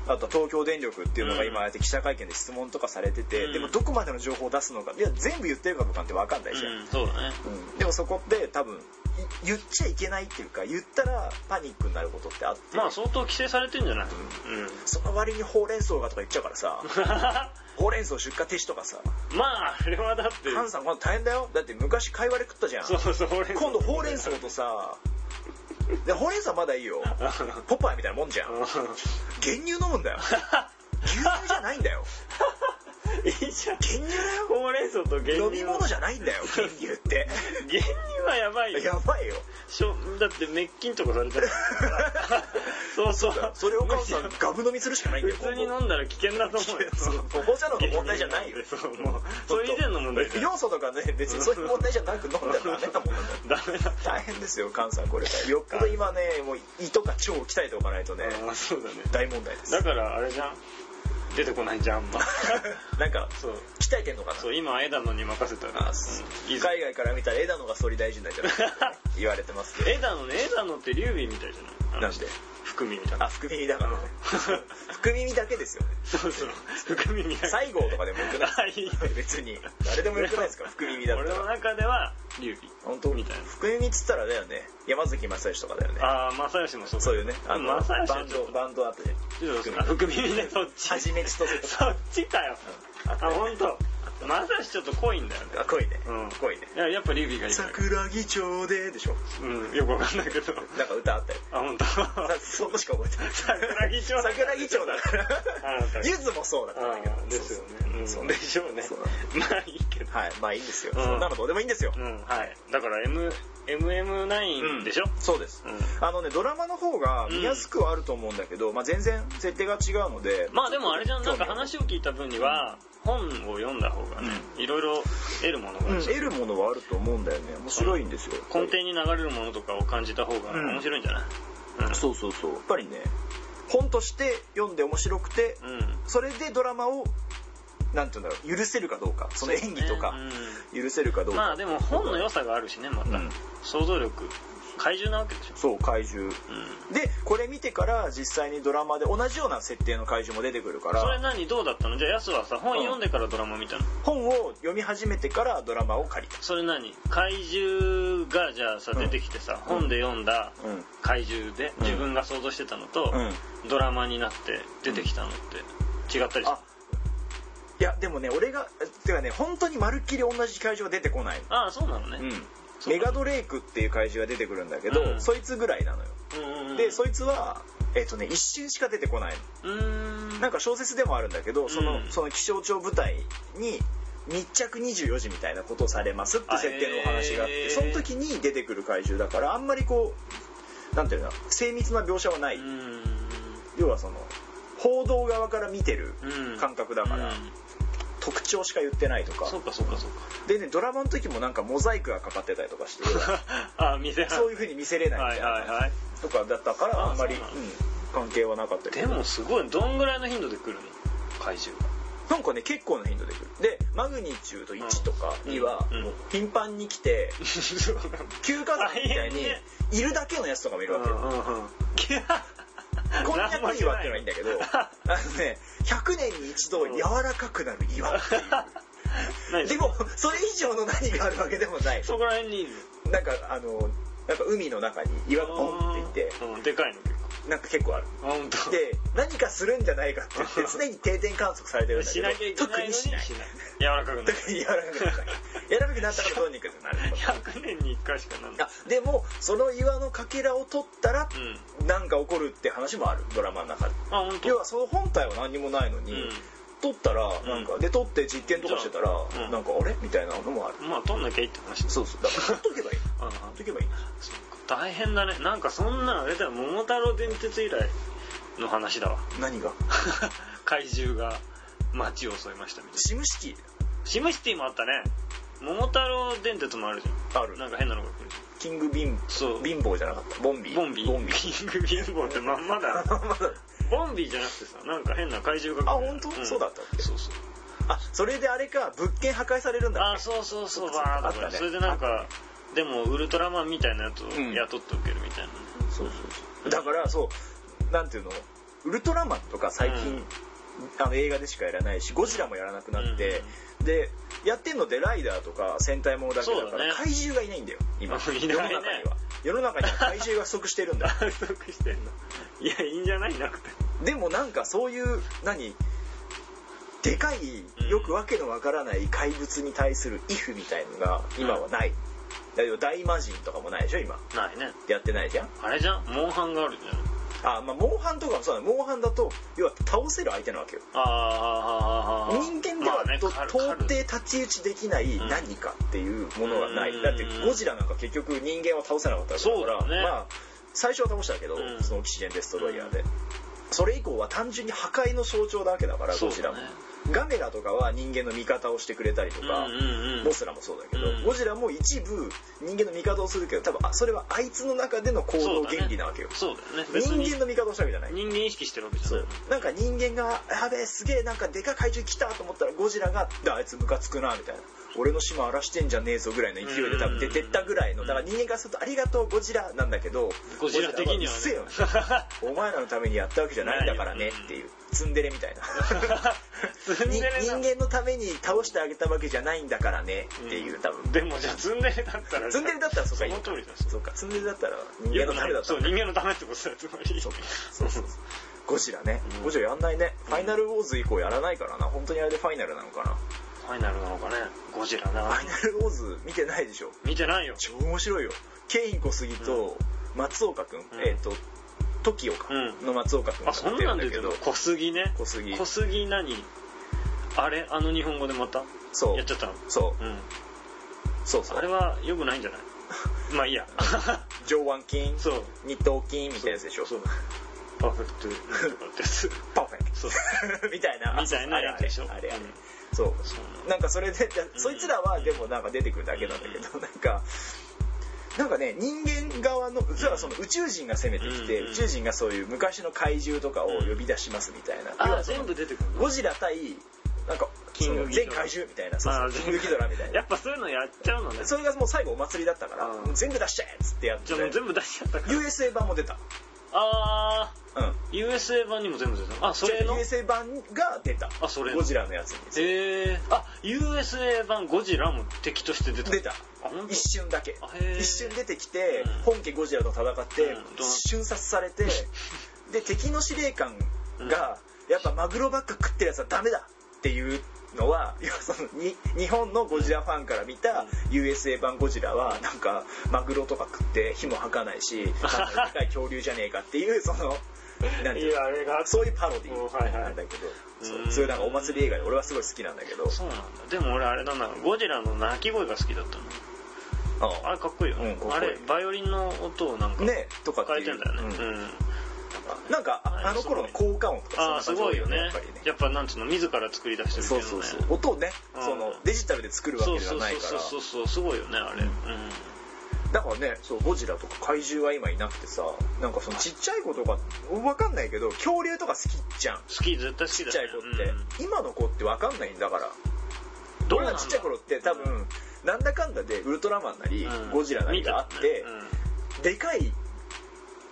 Speaker 2: あとは東京電力っていうのが今ああやって記者会見で質問とかされてて
Speaker 1: うん
Speaker 2: でもどこまでの情報を出すのかいや全部言ってるかどうかって分かんないじゃん
Speaker 1: うん、うん、そうだね
Speaker 2: うんでもそこって多分い言っちゃいけないっていうか言ったらパニックになることってあって
Speaker 1: まあ相当規制されてんじゃないうん
Speaker 2: その割にほうれん草がとか言っちゃうからさ
Speaker 1: (laughs)
Speaker 2: ほうれん草出荷停止とかさ
Speaker 1: まああれはだって
Speaker 2: 「菅さんこの大変だよだって昔かいわれ食ったじゃん」
Speaker 1: そうそうほうれん草
Speaker 2: (laughs) 今度ほうれん草とさでほうれん草まだいいよ
Speaker 1: (laughs)
Speaker 2: ポパイみたいなもんじゃん牛乳飲むんだよ牛乳じゃないんだよ
Speaker 1: いいじゃん
Speaker 2: 牛乳だよ
Speaker 1: ほうれん草と (laughs) 原
Speaker 2: 飲
Speaker 1: 乳
Speaker 2: み物じゃないんだよ牛乳って (laughs)
Speaker 1: 原乳はやばいよ
Speaker 2: やばいよ
Speaker 1: しょだって滅菌とかされたら
Speaker 2: (laughs)
Speaker 1: そうそう
Speaker 2: それを母
Speaker 1: (laughs)
Speaker 2: さんガブ飲みするしかないんだよ
Speaker 1: 普通に飲んだら危険だと思うよ
Speaker 2: (laughs) そうお茶の方が問題じゃないよ
Speaker 1: そうもう (laughs) それ以前の問題だよ
Speaker 2: 要素とかね別にそういう問題じゃなく飲んだらダメなもんなんだよ
Speaker 1: ダメだ
Speaker 2: 大変ですよ菅さんこれよっぽど今ねもう胃とか腸を鍛えておかないとね
Speaker 1: あーそうだね
Speaker 2: 大問題です
Speaker 1: だからあれじゃん出てこないじゃんあんま
Speaker 2: (laughs) なんか
Speaker 1: そう
Speaker 2: 鍛えてんのかな
Speaker 1: そう今枝野に任せたら (laughs) う
Speaker 2: あ
Speaker 1: んいいぞ
Speaker 2: 海外から見たら枝野が総理大臣だじゃない
Speaker 1: (laughs)
Speaker 2: かって言われてますけど
Speaker 1: 枝野ね枝野って劉備みたいじゃない
Speaker 2: なんで
Speaker 1: 含みみたい
Speaker 2: あ
Speaker 1: な
Speaker 2: 福耳だからね福耳だけですよね
Speaker 1: (laughs) そうそう含みみたいな
Speaker 2: 西郷とかでもよ
Speaker 1: (laughs)
Speaker 2: くない
Speaker 1: あいいね
Speaker 2: 別に誰でもよくないですか福耳だっ
Speaker 1: (laughs)
Speaker 2: た
Speaker 1: 俺の
Speaker 2: ら
Speaker 1: 中では劉備
Speaker 2: 本当
Speaker 1: みたいな
Speaker 2: 福耳っつったらだよね山崎正義とかだよね
Speaker 1: ああ正義もそう
Speaker 2: そういうねあの
Speaker 1: の正義
Speaker 2: バ
Speaker 1: は
Speaker 2: ン
Speaker 1: ちょっ
Speaker 2: ド
Speaker 1: と
Speaker 2: バンドあって
Speaker 1: あ含みみたいなそっち
Speaker 2: (laughs) はじめちと
Speaker 1: そっちかよあ本当正義ちょっと濃いんだよね
Speaker 2: あ濃いね
Speaker 1: うん
Speaker 2: 濃いね
Speaker 1: いややっぱ劉備がいいから
Speaker 2: 桜木町ででしょ
Speaker 1: うんよくわかんないけど
Speaker 2: なんか歌あったよ
Speaker 1: あ本当
Speaker 2: さそこしか覚えてない
Speaker 1: 桜木町
Speaker 2: (laughs) 桜木町だ (laughs) から
Speaker 1: あなた
Speaker 2: ゆずもそうだったんだけど
Speaker 1: あーですよね
Speaker 2: そう
Speaker 1: う
Speaker 2: そうん
Speaker 1: でしょうね
Speaker 2: そう
Speaker 1: まあいいけど
Speaker 2: はいまあいいんですよ、
Speaker 1: うん
Speaker 2: そんなのどうでもいいんですよ、
Speaker 1: うんはいだから M MM9 でしょ
Speaker 2: そうです、
Speaker 1: う
Speaker 2: あのねドラマの方が見やすくはあると思うんだけど、まあ、全然設定が違うので
Speaker 1: まあでもあれじゃんなんか
Speaker 2: 興味
Speaker 1: 話を聞いた分には本を読んだ方がねいろいろ得るものがあ
Speaker 2: うん
Speaker 1: るし
Speaker 2: 得るものはあると思うんだよね面白いんですよ
Speaker 1: 根底に流れるものとかを感じた方が
Speaker 2: うん
Speaker 1: 面白いんじゃないうん
Speaker 2: そうそうそうやっぱりね本として読んで面白くて、
Speaker 1: うん
Speaker 2: それでドラマをなんていうんだろう許せるかどうかその演技とか
Speaker 1: ね
Speaker 2: 許せるかど
Speaker 1: う
Speaker 2: うんか、
Speaker 1: まあでも本の良さがあるしねまた
Speaker 2: うん
Speaker 1: 想像力怪獣なわけでしょ
Speaker 2: そう怪獣
Speaker 1: うん
Speaker 2: でこれ見てから実際にドラマで同じような設定の怪獣も出てくるか
Speaker 1: それ
Speaker 2: ら
Speaker 1: 何どうだったのじゃあヤスはさ本読んでからドラマ見たの
Speaker 2: 本を読み始めてからドラマを借りた
Speaker 1: それ何怪獣がじゃあさ
Speaker 2: うん
Speaker 1: 出てきてさ、本で読んだ
Speaker 2: うん
Speaker 1: 怪獣で
Speaker 2: ん
Speaker 1: 自分が想像してたのと、ドラマになって出てきたのって違ったりし
Speaker 2: あいやでもね俺がてかね本当にまるっきり同じ怪獣は出てこないの
Speaker 1: ああそうなのね、そう
Speaker 2: メガドレイクっていう怪獣が出てくるんだけど、
Speaker 1: うん
Speaker 2: そいつぐらいなのよ、
Speaker 1: うんうん
Speaker 2: でそいつはえっ、とね一瞬しか出てこないの
Speaker 1: うーん
Speaker 2: なんか小説でもあるんだけどその,、
Speaker 1: うん
Speaker 2: その気象庁部隊に密着24時みたいなことをされますって設定のお話があっ
Speaker 1: あへ
Speaker 2: て
Speaker 1: ー
Speaker 2: その時に出てくる怪獣だからあんまりこうなんていうの精密な描写はない、
Speaker 1: うーん
Speaker 2: 要はその報道側から見てる
Speaker 1: うん
Speaker 2: 感覚だから、
Speaker 1: うん
Speaker 2: 特徴しか言ってないとか
Speaker 1: そうかそうかそう
Speaker 2: でねドラマの時もなんかモザイクがかかってたりとかして
Speaker 1: か (laughs) ああ見せ
Speaker 2: そう
Speaker 1: い
Speaker 2: いう風に見せれないみ
Speaker 1: は
Speaker 2: たい
Speaker 1: い
Speaker 2: な、
Speaker 1: はいはい
Speaker 2: とかだったから
Speaker 1: あ
Speaker 2: あんまり、
Speaker 1: そうなの
Speaker 2: うん関係はなかったけ
Speaker 1: で
Speaker 2: ど
Speaker 1: もすごいどんぐらいの頻度で来るの怪獣 (laughs) が
Speaker 2: なんかね結構な頻度で来るでマグニチュード1とか2は
Speaker 1: うん
Speaker 2: もう頻繁に来て
Speaker 1: そう
Speaker 2: 休暇山みたい
Speaker 1: 大変ね
Speaker 2: にいるだけのやつとかもいる
Speaker 1: な
Speaker 2: わけよ
Speaker 1: んうんうん
Speaker 2: こんにゃく岩っていうのはいいんだけどあのね100年に一度柔らかくなる岩っていう
Speaker 1: 何
Speaker 2: でもそれ以上の何があるわけでもない
Speaker 1: そこら辺にいる
Speaker 2: なんかあのなんか海の中に岩がポンっていて
Speaker 1: うんでかいの結
Speaker 2: なんか結構ある
Speaker 1: 構あ本当。
Speaker 2: で何かするんじゃないかっ
Speaker 1: (laughs)
Speaker 2: て言って常に定点観測されてるんだけ
Speaker 1: し
Speaker 2: ど
Speaker 1: なきゃいけないの
Speaker 2: 特
Speaker 1: に
Speaker 2: にしない
Speaker 1: 柔らかくなる
Speaker 2: 特に柔らかくなった柔らかくなったからどうにかなる
Speaker 1: 100年に1回しかなんない
Speaker 2: あでもその岩のかけらを取ったら
Speaker 1: うん
Speaker 2: なんか起こるって話もあるドラマの中で
Speaker 1: あ本当。
Speaker 2: 要はその本体は何にもないのに、取ったらなんか、
Speaker 1: うん
Speaker 2: で取って実験とかしてたら、
Speaker 1: うん
Speaker 2: なんかあれみたいなのもある
Speaker 1: うんまあ取んなきゃいいって話
Speaker 2: そうそうだから取っとけばいい
Speaker 1: ああ
Speaker 2: 取っとけばいい
Speaker 1: そっか大変だねなんかそんなあれだよ桃太郎電鉄以来の話だわ
Speaker 2: 何が
Speaker 1: (laughs) 怪獣が街を襲いましたみたいな
Speaker 2: シム式
Speaker 1: シムシティもあったね桃太郎電鉄もあるじ
Speaker 2: あ
Speaker 1: ゃん
Speaker 2: る
Speaker 1: なんか変なのが来る
Speaker 2: キングビン
Speaker 1: そう
Speaker 2: 貧乏じゃなかったボンビー
Speaker 1: ボンビー
Speaker 2: ボンビー
Speaker 1: キング貧乏ってまんまだ
Speaker 2: まだ
Speaker 1: ボンビーじゃなくてさなんか変な怪獣が
Speaker 2: あ
Speaker 1: 来る
Speaker 2: 本当、そうだったっけ
Speaker 1: そうそう
Speaker 2: あそれであれか物件破壊されるんだ
Speaker 1: あそうそうそう
Speaker 2: そっか
Speaker 1: バーッ
Speaker 2: そっ
Speaker 1: と
Speaker 2: か
Speaker 1: かそれでなんかでもウルトラマンみたいなやつを
Speaker 2: うん
Speaker 1: 雇っておけるみたいなね
Speaker 2: そうそうそうだからそうなんていうのウルトラマンとか最近、
Speaker 1: うん
Speaker 2: あの映画でしかやらないしゴジラもやらなくなって、でやってんのってライダーとか戦隊ものだけだ
Speaker 1: そ
Speaker 2: か
Speaker 1: うだ
Speaker 2: ら
Speaker 1: ね
Speaker 2: 怪獣がいないんだよ今
Speaker 1: (laughs) いないね
Speaker 2: 世の中には世の中には怪獣が不足してる
Speaker 1: (laughs)
Speaker 2: んだ
Speaker 1: 反則してんのいやいいんじゃないなくて
Speaker 2: でもなんかそういう何でか
Speaker 1: うん
Speaker 2: いよくわけのわからない怪物に対する「イフ」みたいのが今はない、だけど大魔神とかもないでしょ今
Speaker 1: ないね
Speaker 2: やってないじゃん
Speaker 1: あれじゃんモンハンがあるじゃん
Speaker 2: あまあモンハンとかもそうだねモンハンだと要は倒せる相手なわけよ
Speaker 1: あーあーあーあー
Speaker 2: 人間では
Speaker 1: まあね
Speaker 2: と
Speaker 1: カル
Speaker 2: 到
Speaker 1: カル
Speaker 2: 底太刀打ちできない何かっていうものがない、
Speaker 1: うん
Speaker 2: だってゴジラなんか結局人間は倒せなかったわけだから
Speaker 1: そうだね
Speaker 2: まあ最初は倒したけど、
Speaker 1: うん
Speaker 2: そのオキシジェンデストロイヤーで、それ以降は単純に破壊の象徴なわけだから
Speaker 1: そ
Speaker 2: ゴ
Speaker 1: う
Speaker 2: ジラ
Speaker 1: だ
Speaker 2: も、
Speaker 1: ね
Speaker 2: ガメラとかは人間の味方をしてくれたりと
Speaker 1: う
Speaker 2: か、
Speaker 1: んうんうん
Speaker 2: モスラもそうだけど、
Speaker 1: うん
Speaker 2: ゴジラも一部人間の味方をするけど多分あそれはあいつの中での行動原理なわけよ、
Speaker 1: そうだよね別
Speaker 2: 人
Speaker 1: に
Speaker 2: 間の味方をしたわけじゃない
Speaker 1: 人間意識してるわけじゃ
Speaker 2: そ
Speaker 1: ないう
Speaker 2: なんか人間が「やべえすげえなんかでかい怪獣来た!」と思ったらゴジラが「あいつムカつくな」みたいな「俺の島荒らしてんじゃねえぞ」ぐらいの勢いで多分出てったぐらいのだから人間からすると「ありがとうゴジラ」なんだけど
Speaker 1: ゴジラ的には
Speaker 2: ゴジラうっせえよお前らのためにやったわけじゃないんだからねっていうツンデレみた
Speaker 1: (laughs)
Speaker 2: いな
Speaker 1: (laughs) ツンデレな
Speaker 2: 人間のために倒してあげたわけじゃないんだからねっていう多分
Speaker 1: でもじゃあツンデレだったら
Speaker 2: ツンデレだったらそう
Speaker 1: そ
Speaker 2: か
Speaker 1: の通りだ
Speaker 2: そうかツンデレだったら人間のためだった
Speaker 1: そう人間のためってことだよつまり
Speaker 2: そうそうそうそうゴジラね、
Speaker 1: うん
Speaker 2: ゴジラやんないねファイナルウォーズ以降やらないからな本当にあれでファイナルなのかな、
Speaker 1: ファイナルなのかねゴジラな
Speaker 2: ファイナルウォーズ見てないでしょ
Speaker 1: 見てないよ
Speaker 2: 超面白いよケイン小杉と松岡君、
Speaker 1: ん
Speaker 2: えっ、と TOKIO か、
Speaker 1: うん
Speaker 2: の松岡君
Speaker 1: あ
Speaker 2: が
Speaker 1: そ
Speaker 2: やっ
Speaker 1: ん
Speaker 2: て
Speaker 1: な
Speaker 2: るん
Speaker 1: ん
Speaker 2: だ
Speaker 1: で
Speaker 2: け
Speaker 1: けど
Speaker 2: ど
Speaker 1: 小杉ね
Speaker 2: 小杉
Speaker 1: 小杉何あれあの日本語でまた
Speaker 2: そう
Speaker 1: やっちゃったの
Speaker 2: そう
Speaker 1: うん
Speaker 2: そうそ
Speaker 1: あれ
Speaker 2: う
Speaker 1: は良くないん
Speaker 2: (laughs)
Speaker 1: じゃないまあいいや
Speaker 2: 上腕筋
Speaker 1: そう
Speaker 2: 二頭筋みたいなやつでしょ
Speaker 1: そうパーフェクトなんとかってやつ
Speaker 2: パーフェ (laughs) ク
Speaker 1: そう
Speaker 2: トみたいな
Speaker 1: みたいなやつでしょ
Speaker 2: あれあれあれあれ
Speaker 1: うん
Speaker 2: そう
Speaker 1: そう
Speaker 2: なんかそれで、そいつらはでもなんか出てくるだけなんだけど、なんか、なんかね、人間側の、実はその宇宙人が攻めてきて、
Speaker 1: うん
Speaker 2: 宇宙人がそういう昔の怪獣とかを呼び出しますみたいな。
Speaker 1: あ
Speaker 2: 要
Speaker 1: あ
Speaker 2: はその
Speaker 1: 全部出てくるの
Speaker 2: ゴジラ対、なんか、
Speaker 1: キ
Speaker 2: そ
Speaker 1: ング
Speaker 2: の全怪獣みたいな、そう
Speaker 1: あ
Speaker 2: そ
Speaker 1: ー
Speaker 2: う、キングギドラみたい
Speaker 1: や
Speaker 2: な。
Speaker 1: っぱそういうのやっちゃうのね
Speaker 2: それがもう最後お祭りだったから
Speaker 1: うん、
Speaker 2: 全部出しちゃえっつってやっ
Speaker 1: じ
Speaker 2: て
Speaker 1: ゃあもう、全部出しちゃったから
Speaker 2: USA 版も出た。
Speaker 1: (laughs) ああ
Speaker 2: うん。
Speaker 1: USA 版にも全部出たのあそれの
Speaker 2: USA 版が出た。
Speaker 1: あそれの
Speaker 2: ゴジラのやつに。
Speaker 1: えー、あ USA 版ゴジラも敵として出た
Speaker 2: 出た
Speaker 1: あ本当
Speaker 2: 一瞬だけ
Speaker 1: あへー
Speaker 2: 一瞬出てきて、
Speaker 1: うん
Speaker 2: 本家ゴジラと戦って、
Speaker 1: うん
Speaker 2: 瞬殺されてで敵の司令官が、やっぱマグロばっか食ってるやつはダメだっていうのは要はそのに日本のゴジラファンから見た USA 版ゴジラはなんかマグロとか食って火も吐かないしなんかでかい恐竜じゃねえかっていうそのなんていうの
Speaker 1: あれが
Speaker 2: そういうパロデ
Speaker 1: お
Speaker 2: ィ
Speaker 1: はいはい
Speaker 2: なんだけど、そう
Speaker 1: うん
Speaker 2: そういうなんかお祭り映画で俺はすごい好きなんだけど、
Speaker 1: そうなんだでも俺あれだなゴジラの鳴き声が好きだったのあれかっこいいよね、
Speaker 2: うんかっこいい
Speaker 1: あれバイオリンの音をなんか
Speaker 2: うんねとかって
Speaker 1: 変え
Speaker 2: いう
Speaker 1: てんだよね
Speaker 2: うん
Speaker 1: うん、
Speaker 2: なんかああの頃の効果音
Speaker 1: あ
Speaker 2: とか
Speaker 1: あ
Speaker 2: そ
Speaker 1: す
Speaker 2: んな感
Speaker 1: ごい
Speaker 2: じ
Speaker 1: よね
Speaker 2: だ
Speaker 1: や
Speaker 2: っ
Speaker 1: っ
Speaker 2: ぱりね
Speaker 1: ぱなんつうの自ら作り出してる
Speaker 2: そう
Speaker 1: け
Speaker 2: そ
Speaker 1: ど
Speaker 2: う
Speaker 1: ね
Speaker 2: そう音をね
Speaker 1: うん
Speaker 2: そのデジタルで作るわけではないか
Speaker 1: そうそうそ
Speaker 2: ら
Speaker 1: うすごいよねあれ、
Speaker 2: う
Speaker 1: うんん
Speaker 2: だからねそうゴジラとか怪獣は今いなくてさなんかそのちっちゃい子とか分かんないけど恐竜とか好きじゃん
Speaker 1: 好き絶対好き
Speaker 2: ちっ
Speaker 1: だ
Speaker 2: ちゃい
Speaker 1: よ
Speaker 2: 子っ
Speaker 1: ね
Speaker 2: て、今の子って分かんないんだから
Speaker 1: うんどう
Speaker 2: 俺
Speaker 1: な
Speaker 2: ら
Speaker 1: んだ
Speaker 2: ちっちゃい頃って多分なんだかんだでウルトラマンなり
Speaker 1: うん
Speaker 2: ゴジラなりがあって
Speaker 1: 見たね
Speaker 2: でかい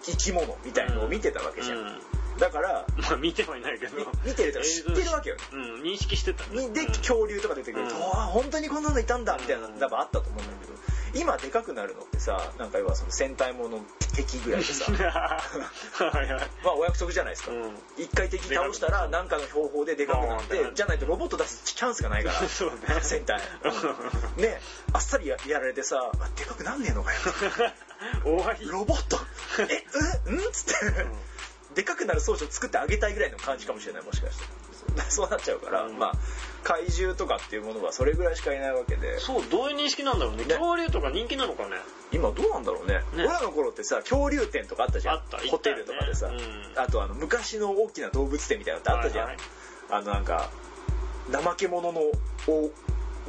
Speaker 2: 生き物みたいのを見てたわけじゃん
Speaker 1: うんうん
Speaker 2: だから
Speaker 1: まあ見てはいないけど
Speaker 2: み見てるとか知ってるわけよ
Speaker 1: うん認識してた
Speaker 2: に
Speaker 1: う
Speaker 2: で
Speaker 1: ん
Speaker 2: 恐竜とか出てくると、
Speaker 1: うん
Speaker 2: ああ本当にこんなのいたんだみたいな
Speaker 1: うん
Speaker 2: 多分あったと思うんだけど今でかくなるのってさなんか要はその戦隊もの敵ぐらいで
Speaker 1: (laughs)
Speaker 2: さ
Speaker 1: はいはい
Speaker 2: まあお約束じゃないですか、
Speaker 1: う
Speaker 2: 一回敵倒したら
Speaker 1: でかく
Speaker 2: 何かの方法ででかくなっ
Speaker 1: ボーンって
Speaker 2: て
Speaker 1: な
Speaker 2: じゃないとロボット出すチャンスがないか
Speaker 1: そうね
Speaker 2: ら戦隊ねあっさりややられてさあでかくなんねえのかよ
Speaker 1: 終わり
Speaker 2: (laughs) ロボットえうんうんっつって、でかくなる装置を作ってあげたいぐらいの感じかもしれないもしかしてそうなっちゃうから、
Speaker 1: うん
Speaker 2: まあ怪獣とかっていうものはそれぐらいしかいないわけで
Speaker 1: そうどういう認識なんだろうね
Speaker 2: ね
Speaker 1: 恐竜とか人気なのかね
Speaker 2: 今どうなんだろうね
Speaker 1: ね
Speaker 2: 俺らの頃ってさ恐竜展とかあったじゃん
Speaker 1: あった
Speaker 2: ホテルとかでさ、
Speaker 1: 行ったよねうん
Speaker 2: あとあの昔の大きな動物展みたいなのってあったじゃん、
Speaker 1: はいはい
Speaker 2: あのなんか怠け者のお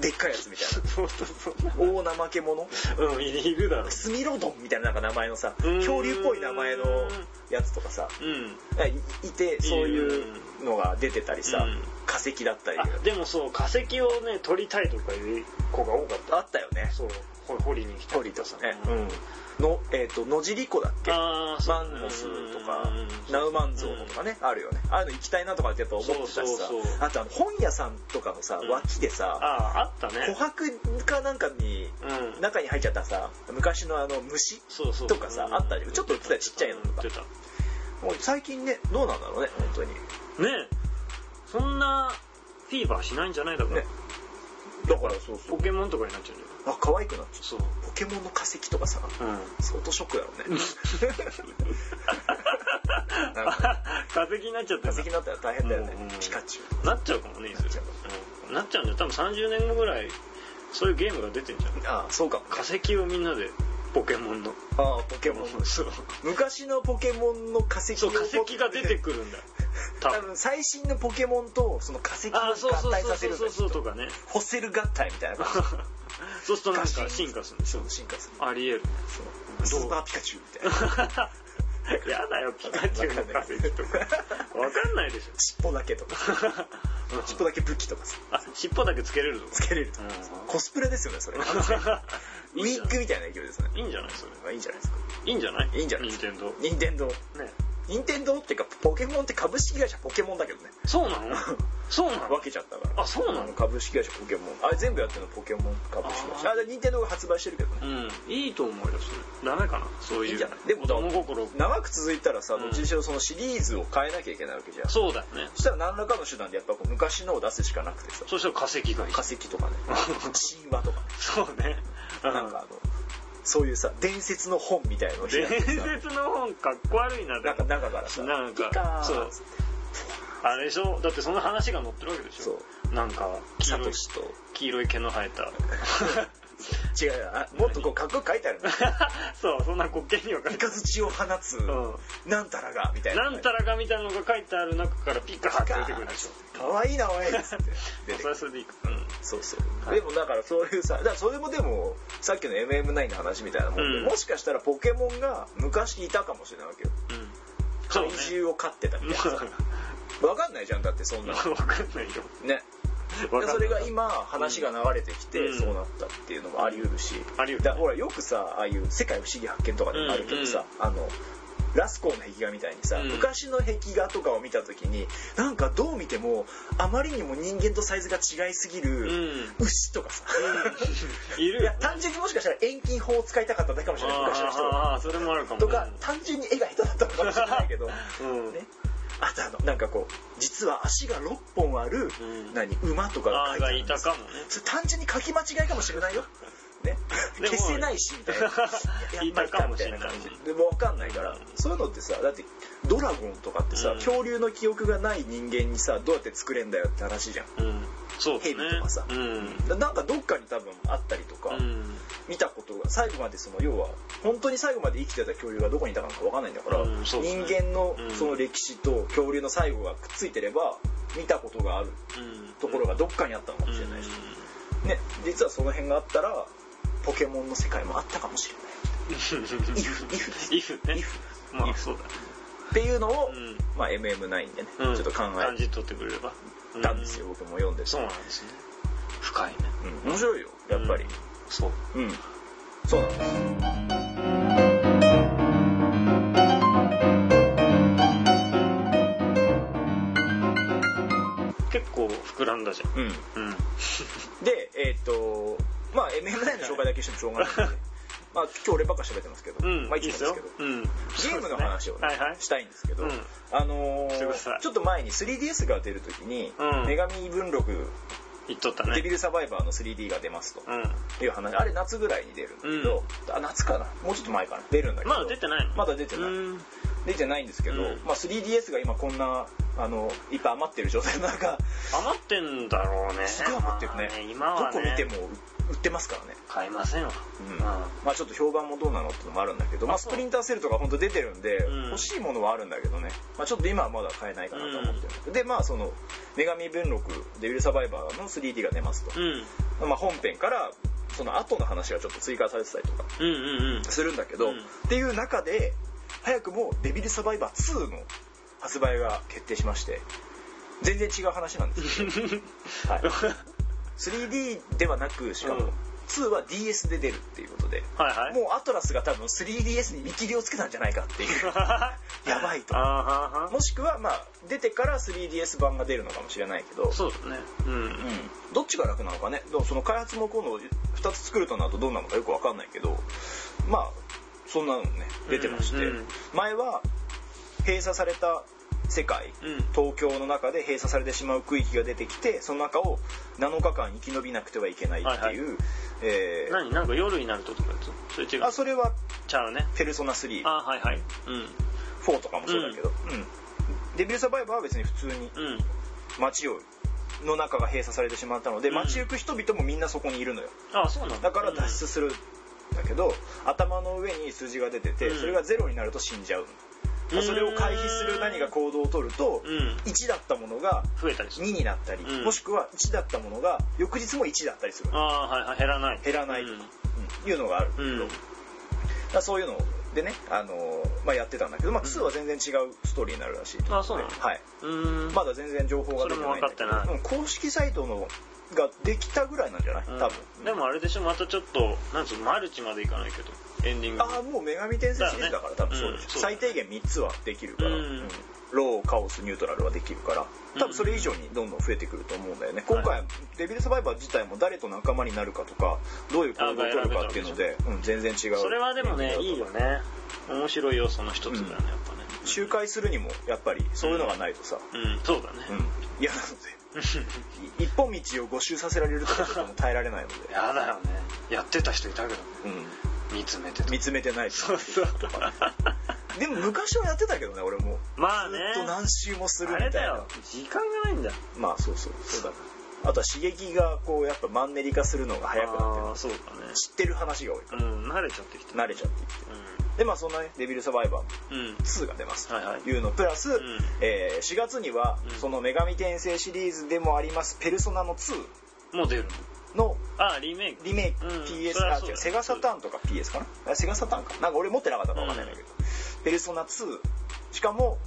Speaker 2: でっかいやつみたいな
Speaker 1: (laughs) そうそうそう
Speaker 2: 大怠け者
Speaker 1: うんいるだろう
Speaker 2: スミロドンみたいななんか名前のさ
Speaker 1: うん
Speaker 2: 恐竜っぽい名前のやつとかさ
Speaker 1: うん
Speaker 2: いいてそういうのが出てたりさ、
Speaker 1: うん
Speaker 2: 化石だったり
Speaker 1: あでもそう化石をね取りたいとかいう子が多かっ
Speaker 2: あったよね
Speaker 1: たそうほ掘りに来た
Speaker 2: 鳥とかね、うんのえっ、と野尻湖だっけ
Speaker 1: ああ
Speaker 2: マンモスとかナウマンゾウとかねあるよねああいうの行きたいなとかってやっぱ思ってたし
Speaker 1: そ
Speaker 2: さ
Speaker 1: うそうそう
Speaker 2: あとあの本屋さんとかのさ
Speaker 1: うん
Speaker 2: 脇で
Speaker 1: あ
Speaker 2: さ、
Speaker 1: ああった
Speaker 2: 琥
Speaker 1: ね
Speaker 2: 珀かなんかに
Speaker 1: うん
Speaker 2: 中に入っちゃったさ昔のあの虫
Speaker 1: そうそう
Speaker 2: とかさ
Speaker 1: うん
Speaker 2: あったりちょっと売ってたよちっちゃいのとか
Speaker 1: 売ってた
Speaker 2: もう最近ねどうなんだろうね本当に
Speaker 1: ねえそんなフィーバーしないんじゃないだから、
Speaker 2: ねだからそうそ
Speaker 1: ポ
Speaker 2: う
Speaker 1: ケモンとかになっちゃうんじゃない
Speaker 2: あ可愛くなっちゃ
Speaker 1: そう
Speaker 2: うポケモンの化石とかさ
Speaker 1: うん
Speaker 2: 相当ショックだろうねなんか
Speaker 1: (laughs) 化石になっちゃった
Speaker 2: 化
Speaker 1: な
Speaker 2: 石になったら大変だよね
Speaker 1: うんうん
Speaker 2: ピカチュウ
Speaker 1: なっちゃうかもねいずれ
Speaker 2: なっちゃう
Speaker 1: うんなっちゃうんじゃん多分30年後ぐらいそういうゲームが出てんじゃん
Speaker 2: ああそうかも
Speaker 1: 化石をみんなでポケモンの
Speaker 2: ああポケモン
Speaker 1: そう
Speaker 2: 昔のポケモンの化石を
Speaker 1: そう化石が出てくるんだよ多
Speaker 2: (laughs) 多
Speaker 1: 分
Speaker 2: 分最新のポケモンとその化石を
Speaker 1: ああそうそ
Speaker 2: 合
Speaker 1: う
Speaker 2: 体
Speaker 1: そ
Speaker 2: さ
Speaker 1: う
Speaker 2: せるんだ
Speaker 1: そう
Speaker 2: よ
Speaker 1: そう
Speaker 2: きっ
Speaker 1: と
Speaker 2: と
Speaker 1: かね
Speaker 2: ホセル合体みたいな
Speaker 1: そうするとなんか (laughs) 進化するんでしょ
Speaker 2: そう進化する
Speaker 1: ありえる
Speaker 2: そうスーパーピカチュウみたい
Speaker 1: (laughs)
Speaker 2: な
Speaker 1: やだよピカチュウの化石とかわかんないでし
Speaker 2: 尻尾だけとか
Speaker 1: ょ
Speaker 2: 尻尾だけ武器とかさ
Speaker 1: あ尻尾だけつけれるぞ
Speaker 2: つけれると
Speaker 1: う
Speaker 2: か
Speaker 1: ん
Speaker 2: コスプレですよねそれウ
Speaker 1: いい
Speaker 2: ィ
Speaker 1: じゃん
Speaker 2: ッグみたいな勢いですね
Speaker 1: いいんじゃないそれ
Speaker 2: まあいいんじゃないですか
Speaker 1: いいんじゃない
Speaker 2: いいんじゃない
Speaker 1: 任天堂ね
Speaker 2: 任天堂任天堂っていうかポケモンって株式会社ポケモンだけどね
Speaker 1: そうなのそうなの
Speaker 2: 分けちゃったから
Speaker 1: あそうなの
Speaker 2: 株式会社ポケモンあれ全部やってるのポケモン株式会社
Speaker 1: あー
Speaker 2: あで任天堂が発売してるけどね
Speaker 1: うんいいと思うよそれダメかなそういう
Speaker 2: い
Speaker 1: い
Speaker 2: いんじゃないでも
Speaker 1: 子供心
Speaker 2: 長く続いたらさ
Speaker 1: ん
Speaker 2: どっちにしろそのシリーズを変えなきゃいけないわけじゃんそ
Speaker 1: そうだよね
Speaker 2: したら何らかの手段でやっぱこう昔のを出すしかなくてさ
Speaker 1: そしたら化石がいい
Speaker 2: 化石
Speaker 1: (laughs)
Speaker 2: とかね神話とかね
Speaker 1: そうねう
Speaker 2: なんかあのそういうさ伝説の本みたいのを開い
Speaker 1: 伝
Speaker 2: てさ
Speaker 1: (laughs) 説の本かっこ悪いな
Speaker 2: なんか中からさ
Speaker 1: なんか
Speaker 2: ピカーン
Speaker 1: そうあれでしょだってその話が載ってるわけでしょなんか黄
Speaker 2: サ
Speaker 1: 色
Speaker 2: ト
Speaker 1: い
Speaker 2: シと
Speaker 1: 黄色い毛の生えた
Speaker 2: 違うあもっとこうかっこよく書いてあるの
Speaker 1: そうそんな滑稽には書い
Speaker 2: 三
Speaker 1: て
Speaker 2: 日槌を放つ
Speaker 1: う
Speaker 2: なんたらがみたいな
Speaker 1: なんたらかみたいなのが書いてある中からピッカーって出てくるでしょ
Speaker 2: かわいいなおいっつって出
Speaker 1: まあ (laughs) そ
Speaker 2: て
Speaker 1: れはそれでいいかうん
Speaker 2: そうそう、
Speaker 1: はい
Speaker 2: でもだからそういうさだからそれもでもさっきの MM9 の話みたいなもんで、
Speaker 1: うん
Speaker 2: もしかしたらポケモンが昔いたかもしれないわけよ
Speaker 1: うんそう
Speaker 2: 怪
Speaker 1: ね
Speaker 2: 獣を飼ってたみたいなさ分かんないじゃんだってそんな
Speaker 1: わ
Speaker 2: の
Speaker 1: かんないよ
Speaker 2: ね
Speaker 1: わかんない
Speaker 2: それが今話が流れてきて、
Speaker 1: うん
Speaker 2: そうなったっていうのもあり得るし、
Speaker 1: あり得る
Speaker 2: だからほらよくさああいう「世界不思議発見」とかでもあるけどさ、あのラスコーの壁画みたいにさ、
Speaker 1: うん
Speaker 2: 昔の壁画とかを見た時になんかどう見てもあまりにも人間とサイズが違いすぎ
Speaker 1: う
Speaker 2: る
Speaker 1: ん
Speaker 2: 牛とかさ、
Speaker 1: いる
Speaker 2: (laughs) いや単純にもしかしたら遠近法を使いたかっただけかもしれない昔の人は
Speaker 1: ああそれもあるかもね
Speaker 2: とか単純に絵が下手だったのかもしれないけど、ね、
Speaker 1: うん
Speaker 2: あとあのなんかこう実は足が6本ある、
Speaker 1: うん
Speaker 2: 何馬とか
Speaker 1: ああ
Speaker 2: が
Speaker 1: が
Speaker 2: 書い
Speaker 1: い
Speaker 2: てあ
Speaker 1: た
Speaker 2: るんですよ
Speaker 1: かもね
Speaker 2: それ単純に書き間違いかもしれないよ、ね、
Speaker 1: でも
Speaker 2: 消せないしみたいな
Speaker 1: (laughs) いたかもしれない
Speaker 2: やっぱりいたみたいな感じでも分かんないから、そういうのってさだってドラゴンとかってさ、
Speaker 1: うん
Speaker 2: 恐竜の記憶がない人間にさどうやって作れんだよって話じゃん
Speaker 1: うんそうだね
Speaker 2: 蛇とかさ
Speaker 1: うん
Speaker 2: だなんかどっかに多分あったりとか、
Speaker 1: うん
Speaker 2: 見たことが最後までその要は本当に最後まで生きてた恐竜がどこにいたかなんか分かんないんだから、
Speaker 1: うんそうです
Speaker 2: 人
Speaker 1: ね
Speaker 2: 間の
Speaker 1: うん
Speaker 2: その歴史と恐竜の最後がくっついてれば見たことがある
Speaker 1: うん
Speaker 2: ところがどっかにあったのかもしれないし、ね、実はその辺があったらポケモンの世界もあったかもしれない
Speaker 1: イフ
Speaker 2: イフです
Speaker 1: イフね
Speaker 2: イフ
Speaker 1: ま
Speaker 2: イ
Speaker 1: あ
Speaker 2: フ
Speaker 1: そうだね
Speaker 2: っていうのを、
Speaker 1: うん
Speaker 2: まあ、MM9 でね、
Speaker 1: うん
Speaker 2: ちょっと考
Speaker 1: 感
Speaker 2: え
Speaker 1: じ取ってくれれば
Speaker 2: たんですよ、僕も読んで
Speaker 1: うん
Speaker 2: て
Speaker 1: そうなんですね深いね
Speaker 2: うん面白いよやっぱり
Speaker 1: うんそう
Speaker 2: うん、そうなんです
Speaker 1: 結構膨らんだじゃん
Speaker 2: うん
Speaker 1: うん
Speaker 2: でえーっとまあ MM9 の紹介だけしてもしょうがないんで
Speaker 1: (laughs)
Speaker 2: まあ今日俺ばっか喋ってますけど、
Speaker 1: うん、
Speaker 2: まあ
Speaker 1: いい
Speaker 2: い
Speaker 1: で
Speaker 2: つ
Speaker 1: す
Speaker 2: もです
Speaker 1: よ
Speaker 2: けど
Speaker 1: うん
Speaker 2: ゲームの話を、ね
Speaker 1: はいはい
Speaker 2: したいんですけど、
Speaker 1: うん
Speaker 2: あのー
Speaker 1: してください
Speaker 2: ちょっと前に 3DS が出る時に、
Speaker 1: うん
Speaker 2: 女神異文録
Speaker 1: 言っとった
Speaker 2: デビ
Speaker 1: ね
Speaker 2: ルサバイバーの 3D が出ます
Speaker 1: うん
Speaker 2: という話、あれ夏ぐらいに出るんだけど、あ夏かなもうちょっと前かな出るんだけど
Speaker 1: まだ出てないの
Speaker 2: まだ出てない
Speaker 1: うん
Speaker 2: 出てないんですけど、
Speaker 1: うん
Speaker 2: まあ、3DS が今こんなあのいっぱい余ってる状態
Speaker 1: (laughs)
Speaker 2: の中
Speaker 1: 余ってんだろうね
Speaker 2: すごい余ってるね,、
Speaker 1: まあ今は
Speaker 2: どこ見て
Speaker 1: ね
Speaker 2: も売売ってますからね
Speaker 1: 買いませんわ
Speaker 2: うん
Speaker 1: うん
Speaker 2: まあちょっと評判もどうなのってのもあるんだけど、まあ、ス
Speaker 1: そう
Speaker 2: プリンターセルとか本当出てるんで、
Speaker 1: ん
Speaker 2: 欲しいものはあるんだけどね、まあ、ちょっと今はまだ買えないかなと思ってる、でまあその「女神文録デビルサバイバー」の 3D が出ますと、
Speaker 1: うん
Speaker 2: まあ、本編からその後の話がちょっと追加されてたりとか
Speaker 1: うんうんうん (laughs)
Speaker 2: するんだけど、
Speaker 1: うん
Speaker 2: っていう中で早くも「デビルサバイバー2」の発売が決定しまして全然違う話なんで
Speaker 1: (laughs)
Speaker 2: すけど、はい、3D ではなくしか
Speaker 1: う
Speaker 2: も
Speaker 1: ん
Speaker 2: 2は DS で出るっていうことで
Speaker 1: はいはい
Speaker 2: もうアトラスが多分 3DS に見切りをつけたんじゃないかっていうやばい
Speaker 1: (laughs)
Speaker 2: と
Speaker 1: あはは
Speaker 2: もしくはまあ出てから 3DS 版が出るのかもしれないけど
Speaker 1: そうだねうん
Speaker 2: うん、どっちが楽なのかねでもその開発も今度2つ作るとなるとどうなのかよく分かんないけどまあそんなのね出てまして、
Speaker 1: うんうん
Speaker 2: 前は閉鎖された世界、
Speaker 1: うん
Speaker 2: 東京の中で閉鎖されてしまう区域が出てきてその中を7日間生き延びなくてはいけないっていう、えー
Speaker 1: 何なんか夜になるととかやつそれ違う
Speaker 2: あそれは
Speaker 1: ちゃうね
Speaker 2: 「ペルソナ3」
Speaker 1: あはいはいうん
Speaker 2: 4とかもそうだけど、うんデビルサバイバーは別に普通に
Speaker 1: うん
Speaker 2: 街をの中が閉鎖されてしまったので
Speaker 1: うん
Speaker 2: 街行く人々もみんなそこにいるのよ、
Speaker 1: あそうなん
Speaker 2: だから脱出するんだけど、頭の上に数字が出てて、
Speaker 1: うん
Speaker 2: それがゼロになると死んじゃう、まあそれを回避する何か行動を取ると、
Speaker 1: うん
Speaker 2: 1だったものが
Speaker 1: 増えたりする
Speaker 2: 2になったり、
Speaker 1: うん
Speaker 2: もしくは1だったものが翌日も1だったりする、
Speaker 1: ああはいはい減らない
Speaker 2: 減らない
Speaker 1: うん
Speaker 2: うんいうのがあるんだけ
Speaker 1: う
Speaker 2: ど、
Speaker 1: ん
Speaker 2: だからそういうのでね、あのーまあ、やってたんだけど、まあ、2は全然違うストーリーになるらしいと
Speaker 1: あそうなの
Speaker 2: はい、
Speaker 1: うん
Speaker 2: まだ全然情報が出てないんだけ
Speaker 1: それ
Speaker 2: ど
Speaker 1: も分かってない
Speaker 2: うん公式サイトのができたぐらいなんじゃない、
Speaker 1: うん
Speaker 2: 多分、
Speaker 1: でもあれでしょまたちょっとなんつうのマルチまでいかないけどエンディング
Speaker 2: ああもう女神転生シリーズだから多分そうで
Speaker 1: うん
Speaker 2: す、
Speaker 1: そうだね
Speaker 2: 最低限3つはできるから、
Speaker 1: うん
Speaker 2: うんローカオスニュートラルはできるから多分それ以上にどんどん増えてくると思うんだよね、今回デビルサバイバー自体も誰と仲間になるかとかどういう行動を取るかっていうので、うん、全然違う
Speaker 1: それはでもねいいよね面白い要素の一つだよねやっ
Speaker 2: 周回するにもやっぱりそういうのがないとさ、
Speaker 1: ぱねうんそうだ
Speaker 2: う
Speaker 1: ね
Speaker 2: ん嫌なのでい一本道を5周させられるとかちょっともう耐えられないの
Speaker 1: (laughs)
Speaker 2: で、
Speaker 1: やだよねやってた人いたけどね
Speaker 2: うん、
Speaker 1: 見つめてた
Speaker 2: 見つめてないし
Speaker 1: そうそう
Speaker 2: でも昔はやってたけどね俺も
Speaker 1: (laughs) まあね
Speaker 2: ずっと何周もするみ
Speaker 1: あ
Speaker 2: たい
Speaker 1: れだ
Speaker 2: な
Speaker 1: よ時間がないんだよ
Speaker 2: まあそうそうそうだなあとは刺激がこうやっぱマンネリ化するのが早くなってる
Speaker 1: あーそうだね
Speaker 2: 知ってる話が多い
Speaker 1: うん慣れちゃってきた
Speaker 2: 慣れちゃってでまあそんなねデビルサバイバー
Speaker 1: うんうん
Speaker 2: 2が出ます
Speaker 1: はいはい
Speaker 2: というのプラス、
Speaker 1: ん
Speaker 2: えー4月には
Speaker 1: うん
Speaker 2: その女神転生シリーズでもあります「ペルソナの2
Speaker 1: もう出るの」
Speaker 2: の
Speaker 1: あリメイク
Speaker 2: リメイク、
Speaker 1: うん
Speaker 2: PS
Speaker 1: そりゃ
Speaker 2: あ
Speaker 1: そうだ
Speaker 2: 違
Speaker 1: よ
Speaker 2: うセガサターンとか PS かなあセガサターンかなんか俺持ってなかったからわかんないんだけど、ペルソナ2しかも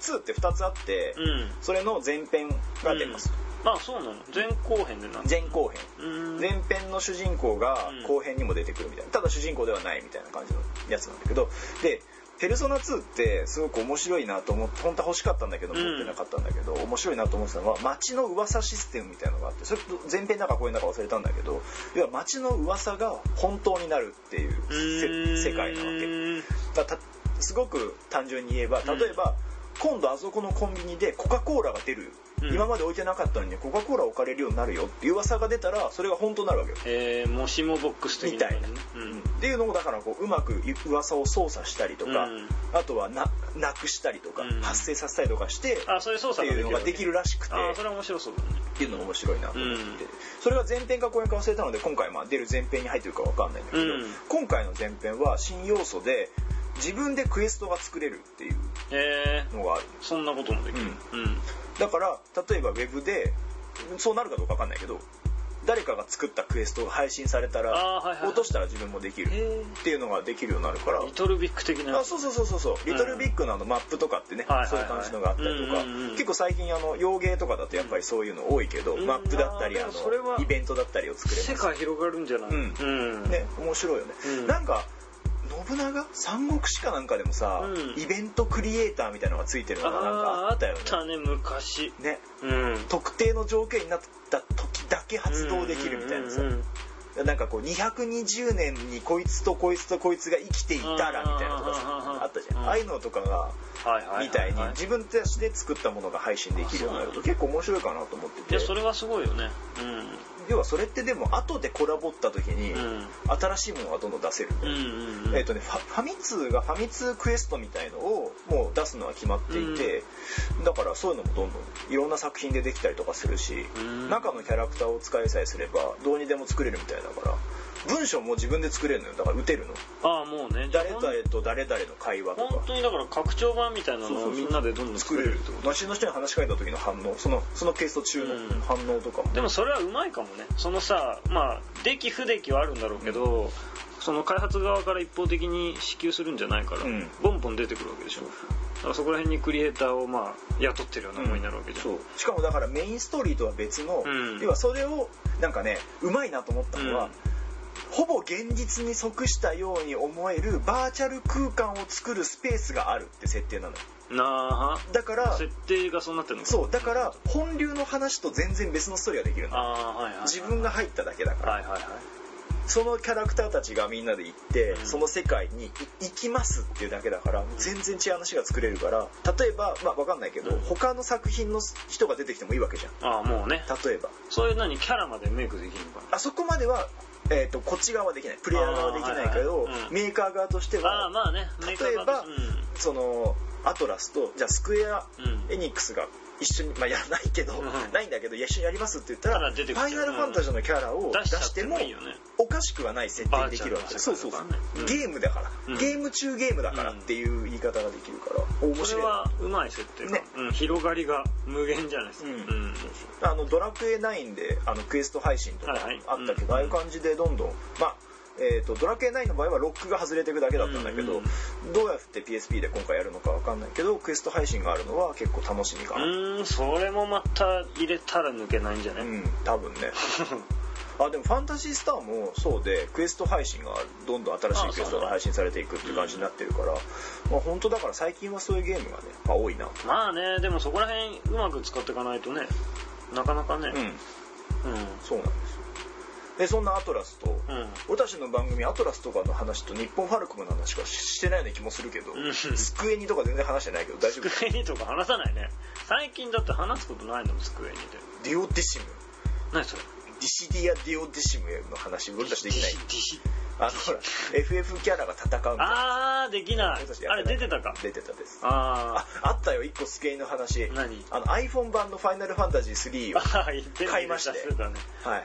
Speaker 2: 2って2つあって、
Speaker 1: うん
Speaker 2: それの前編が出ます、
Speaker 1: あそうなの前後編でな
Speaker 2: 前後編
Speaker 1: うん
Speaker 2: 前編の主人公が
Speaker 1: うん
Speaker 2: 後編にも出てくるみたいなただ主人公ではないみたいな感じのやつなんだけどで「ペルソナ2」ってすごく面白いなと思って本当は欲しかったんだけど
Speaker 1: うん
Speaker 2: 持ってなかったんだけど、面白いなと思ってたのは街の噂システムみたいなのがあってそれと前編だか後編だか忘れたんだけど要は街の噂が本当になるっていう
Speaker 1: うーん
Speaker 2: せ世界なわけ。だたすごく単純に言えば
Speaker 1: うん
Speaker 2: 例えば、今度あそこのコンビニでコカ・コーラが出るよ、
Speaker 1: うん
Speaker 2: 今まで置いてなかったのにコカ・コーラ置かれるようになるよっていう噂が出たらそれが本当になるわけよ、
Speaker 1: えー、もしもボックス的
Speaker 2: みたいな、
Speaker 1: 感じね
Speaker 2: うんっていうのをだからこううまく噂を操作したりとか、
Speaker 1: うん
Speaker 2: あとはななくしたりとか、
Speaker 1: うん
Speaker 2: 発生させたりとかして
Speaker 1: うん、あそういう操
Speaker 2: って
Speaker 1: 作が
Speaker 2: い
Speaker 1: で
Speaker 2: う
Speaker 1: き
Speaker 2: の
Speaker 1: る
Speaker 2: ができるらしくて
Speaker 1: あーそれは面白そうだね
Speaker 2: っていうのが面白いなと思って、
Speaker 1: うん
Speaker 2: それが前編か後編か忘れたので今回まあ出る前編に入ってるか分かんないんだけど、
Speaker 1: うん
Speaker 2: 今回の前編は新要素で自分でクエストが作れるっていう
Speaker 1: えー、
Speaker 2: のがある
Speaker 1: そんなこともできるうん
Speaker 2: だから例えばウェブでそうなるかどうか分かんないけど誰かが作ったクエストが配信されたら、
Speaker 1: あーはいはい
Speaker 2: 落としたら自分もできる
Speaker 1: へ
Speaker 2: っていうのができるようになるから
Speaker 1: ーリトルビッグ的な
Speaker 2: あそうそうそうそうそう、リトルビッグのあのマップとかってね、
Speaker 1: はいはいはい
Speaker 2: そういう感じのがあったりとか、
Speaker 1: うんうんうん
Speaker 2: 結構最近あの洋芸とかだとやっぱりそういうの多いけど、
Speaker 1: うん
Speaker 2: マップだったり
Speaker 1: うん
Speaker 2: あ
Speaker 1: あー
Speaker 2: の
Speaker 1: でもそれは
Speaker 2: イベントだったりを作れます
Speaker 1: 世界広がるんじゃない
Speaker 2: うん
Speaker 1: うん
Speaker 2: ね面白いよね、
Speaker 1: うん
Speaker 2: なんか信長三国志かなんかでもさ、
Speaker 1: うん
Speaker 2: イベントクリエイターみたいのがついてるのがなんかあったよね
Speaker 1: あったね昔
Speaker 2: ね
Speaker 1: うん
Speaker 2: 特定の条件になった時だけ発動できるみたいなさ、
Speaker 1: うんうんうん
Speaker 2: なんかこう220年にこいつとこいつとこいつが生きていたらみたいなとかさ
Speaker 1: うん
Speaker 2: あったじゃん、
Speaker 1: うん
Speaker 2: ああいうのとかが
Speaker 1: はいはいはいはい
Speaker 2: みたいに自分たちで作ったものが配信できるようになると結構面白いかなと思って
Speaker 1: い
Speaker 2: て
Speaker 1: やそれはすごいよね
Speaker 2: 要はそれってでも後でコラボった時に
Speaker 1: うんうん
Speaker 2: 新しいものがどんどん出せる、
Speaker 1: うんうんうん
Speaker 2: えっ、とねファファミ通がファミ通クエストみたいのをもう出すのは決まっていて、だからそういうのもどんどんいろんな作品でできたりとかするし、
Speaker 1: うん
Speaker 2: 中のキャラクターを使いさえすればどうにでも作れるみたいだから文章も自分で作れるのよだから打てるの
Speaker 1: ああもうねじゃあ
Speaker 2: 誰々と誰々の会話と
Speaker 1: 本
Speaker 2: か
Speaker 1: 当にだから拡張版みたいな
Speaker 2: そう
Speaker 1: の
Speaker 2: そ
Speaker 1: を
Speaker 2: うそう
Speaker 1: みんなでどんどん
Speaker 2: 作れるってこと街の人に話しかけた時の反応そのそのテイスト中
Speaker 1: うん
Speaker 2: の反応とかも、
Speaker 1: でもそれはうまいかもねそのさまあ出来不出来はあるんだろうけど、その開発側から一方的に支給するんじゃないから、
Speaker 2: うん
Speaker 1: ボンボン出てくるわけでしょだからそこら辺にクリエイターをまあ雇ってるようなもんになるわけじゃん、
Speaker 2: そうしかもだからメインストーリーとは別の、
Speaker 1: うん
Speaker 2: 要はそれをなんかねうまいなと思ったのは、
Speaker 1: うん
Speaker 2: ほぼ現実に即したように思えるバーチャル空間を作るスペースがあるって設定なのよ
Speaker 1: な
Speaker 2: だか
Speaker 1: あ
Speaker 2: ら
Speaker 1: 設定がそうなってるのか
Speaker 2: そうだから本流の話と全然別のストーリーができるのよ
Speaker 1: ああはいはい、はい、
Speaker 2: 自分が入っただけだから
Speaker 1: はいはいはい
Speaker 2: そのキャラクターたちがみんなで行って、
Speaker 1: うん
Speaker 2: その世界にい行きますっていうだけだから、全然違う話が作れるから例えばまあ分かんないけど、
Speaker 1: うん
Speaker 2: 他の作品の人が出てきてもいいわけじゃん
Speaker 1: ああもうね
Speaker 2: 例えば
Speaker 1: そういう何キャラまでメイクできるのかな
Speaker 2: あそこまでは、えー、とこっち側はできないプレイヤー側はできないけど、
Speaker 1: あーはいはいうん
Speaker 2: メーカー側として
Speaker 1: ああ
Speaker 2: は
Speaker 1: まあねメーカー
Speaker 2: 例えば
Speaker 1: が
Speaker 2: そのアトラスとじゃあスクエア・
Speaker 1: うん、うん
Speaker 2: エニックスが一緒にまあやらないけど、
Speaker 1: うん
Speaker 2: ないんだけどいや一緒にやりますって言ったら
Speaker 1: ただ出
Speaker 2: フ
Speaker 1: てくる
Speaker 2: ァイナルファンタジーのキャラを
Speaker 1: 出
Speaker 2: 出
Speaker 1: しちゃっ
Speaker 2: して
Speaker 1: て
Speaker 2: も
Speaker 1: もいいよね
Speaker 2: おかしくはない設定にできるわけじゃん
Speaker 1: バ
Speaker 2: そ
Speaker 1: ー
Speaker 2: う
Speaker 1: チャル
Speaker 2: そう
Speaker 1: だ
Speaker 2: そ
Speaker 1: か
Speaker 2: う
Speaker 1: らねうん
Speaker 2: ゲームだから、
Speaker 1: うん
Speaker 2: ゲーム中ゲームだからっていう言い方ができるから面
Speaker 1: それ
Speaker 2: 白い
Speaker 1: はうまい設定か、
Speaker 2: ね
Speaker 1: うん、広がりが無限じゃないですか、
Speaker 2: うん
Speaker 1: うん
Speaker 2: あのドラクエ9であのクエスト配信とかあ
Speaker 1: はいはい
Speaker 2: ったけ
Speaker 1: うん
Speaker 2: ど、ああいう感じでどんどんまあえー、とドラクエ9の場合はロックが外れていくだけだったんだけど、
Speaker 1: うん
Speaker 2: どうやって PSP で今回やるのかわかんないけどクエスト配信があるのは結構楽しみかな、
Speaker 1: うーんそれもまた入れたら抜けないんじゃない、
Speaker 2: うん、多
Speaker 1: (laughs)
Speaker 2: 分ねあでも「ファンタジースター」もそうでクエスト配信がどんどん新しいクエストが配信されていくっていう感じになってるから、まあ、本当だから最近はそういうゲームがね、まあ、多いな
Speaker 1: まあねでもそこら辺うまく使っていかないとねなかなかね
Speaker 2: うん
Speaker 1: うん、
Speaker 2: そうなんですよでそんなアトラスと、
Speaker 1: うん
Speaker 2: 俺たちの番組アトラスとかの話と日本ファルコムの話しかしてないような気もするけど
Speaker 1: ん
Speaker 2: スクエニとか全然話してないけど
Speaker 1: (laughs)
Speaker 2: 大丈夫
Speaker 1: 机にとか話さないね最近だって話すことないんだもん机にで
Speaker 2: ディオディシム
Speaker 1: 何それ
Speaker 2: ディシディア・ディオディシムの話俺たちできない
Speaker 1: ディシディシ
Speaker 2: あのほら FF キャラが戦うみたいな
Speaker 1: あーできない
Speaker 2: 俺たちや
Speaker 1: あ
Speaker 2: っ
Speaker 1: れ
Speaker 2: な
Speaker 1: 出
Speaker 2: い
Speaker 1: てたか
Speaker 2: 出てたですあ
Speaker 1: あ
Speaker 2: あったよ一個スケイの話
Speaker 1: 何
Speaker 2: あの iPhone 版の「ファイナルファンタジー3」
Speaker 1: ー
Speaker 2: を
Speaker 1: あー言ってる
Speaker 2: 買いましたよ
Speaker 1: 出たね (laughs)
Speaker 2: は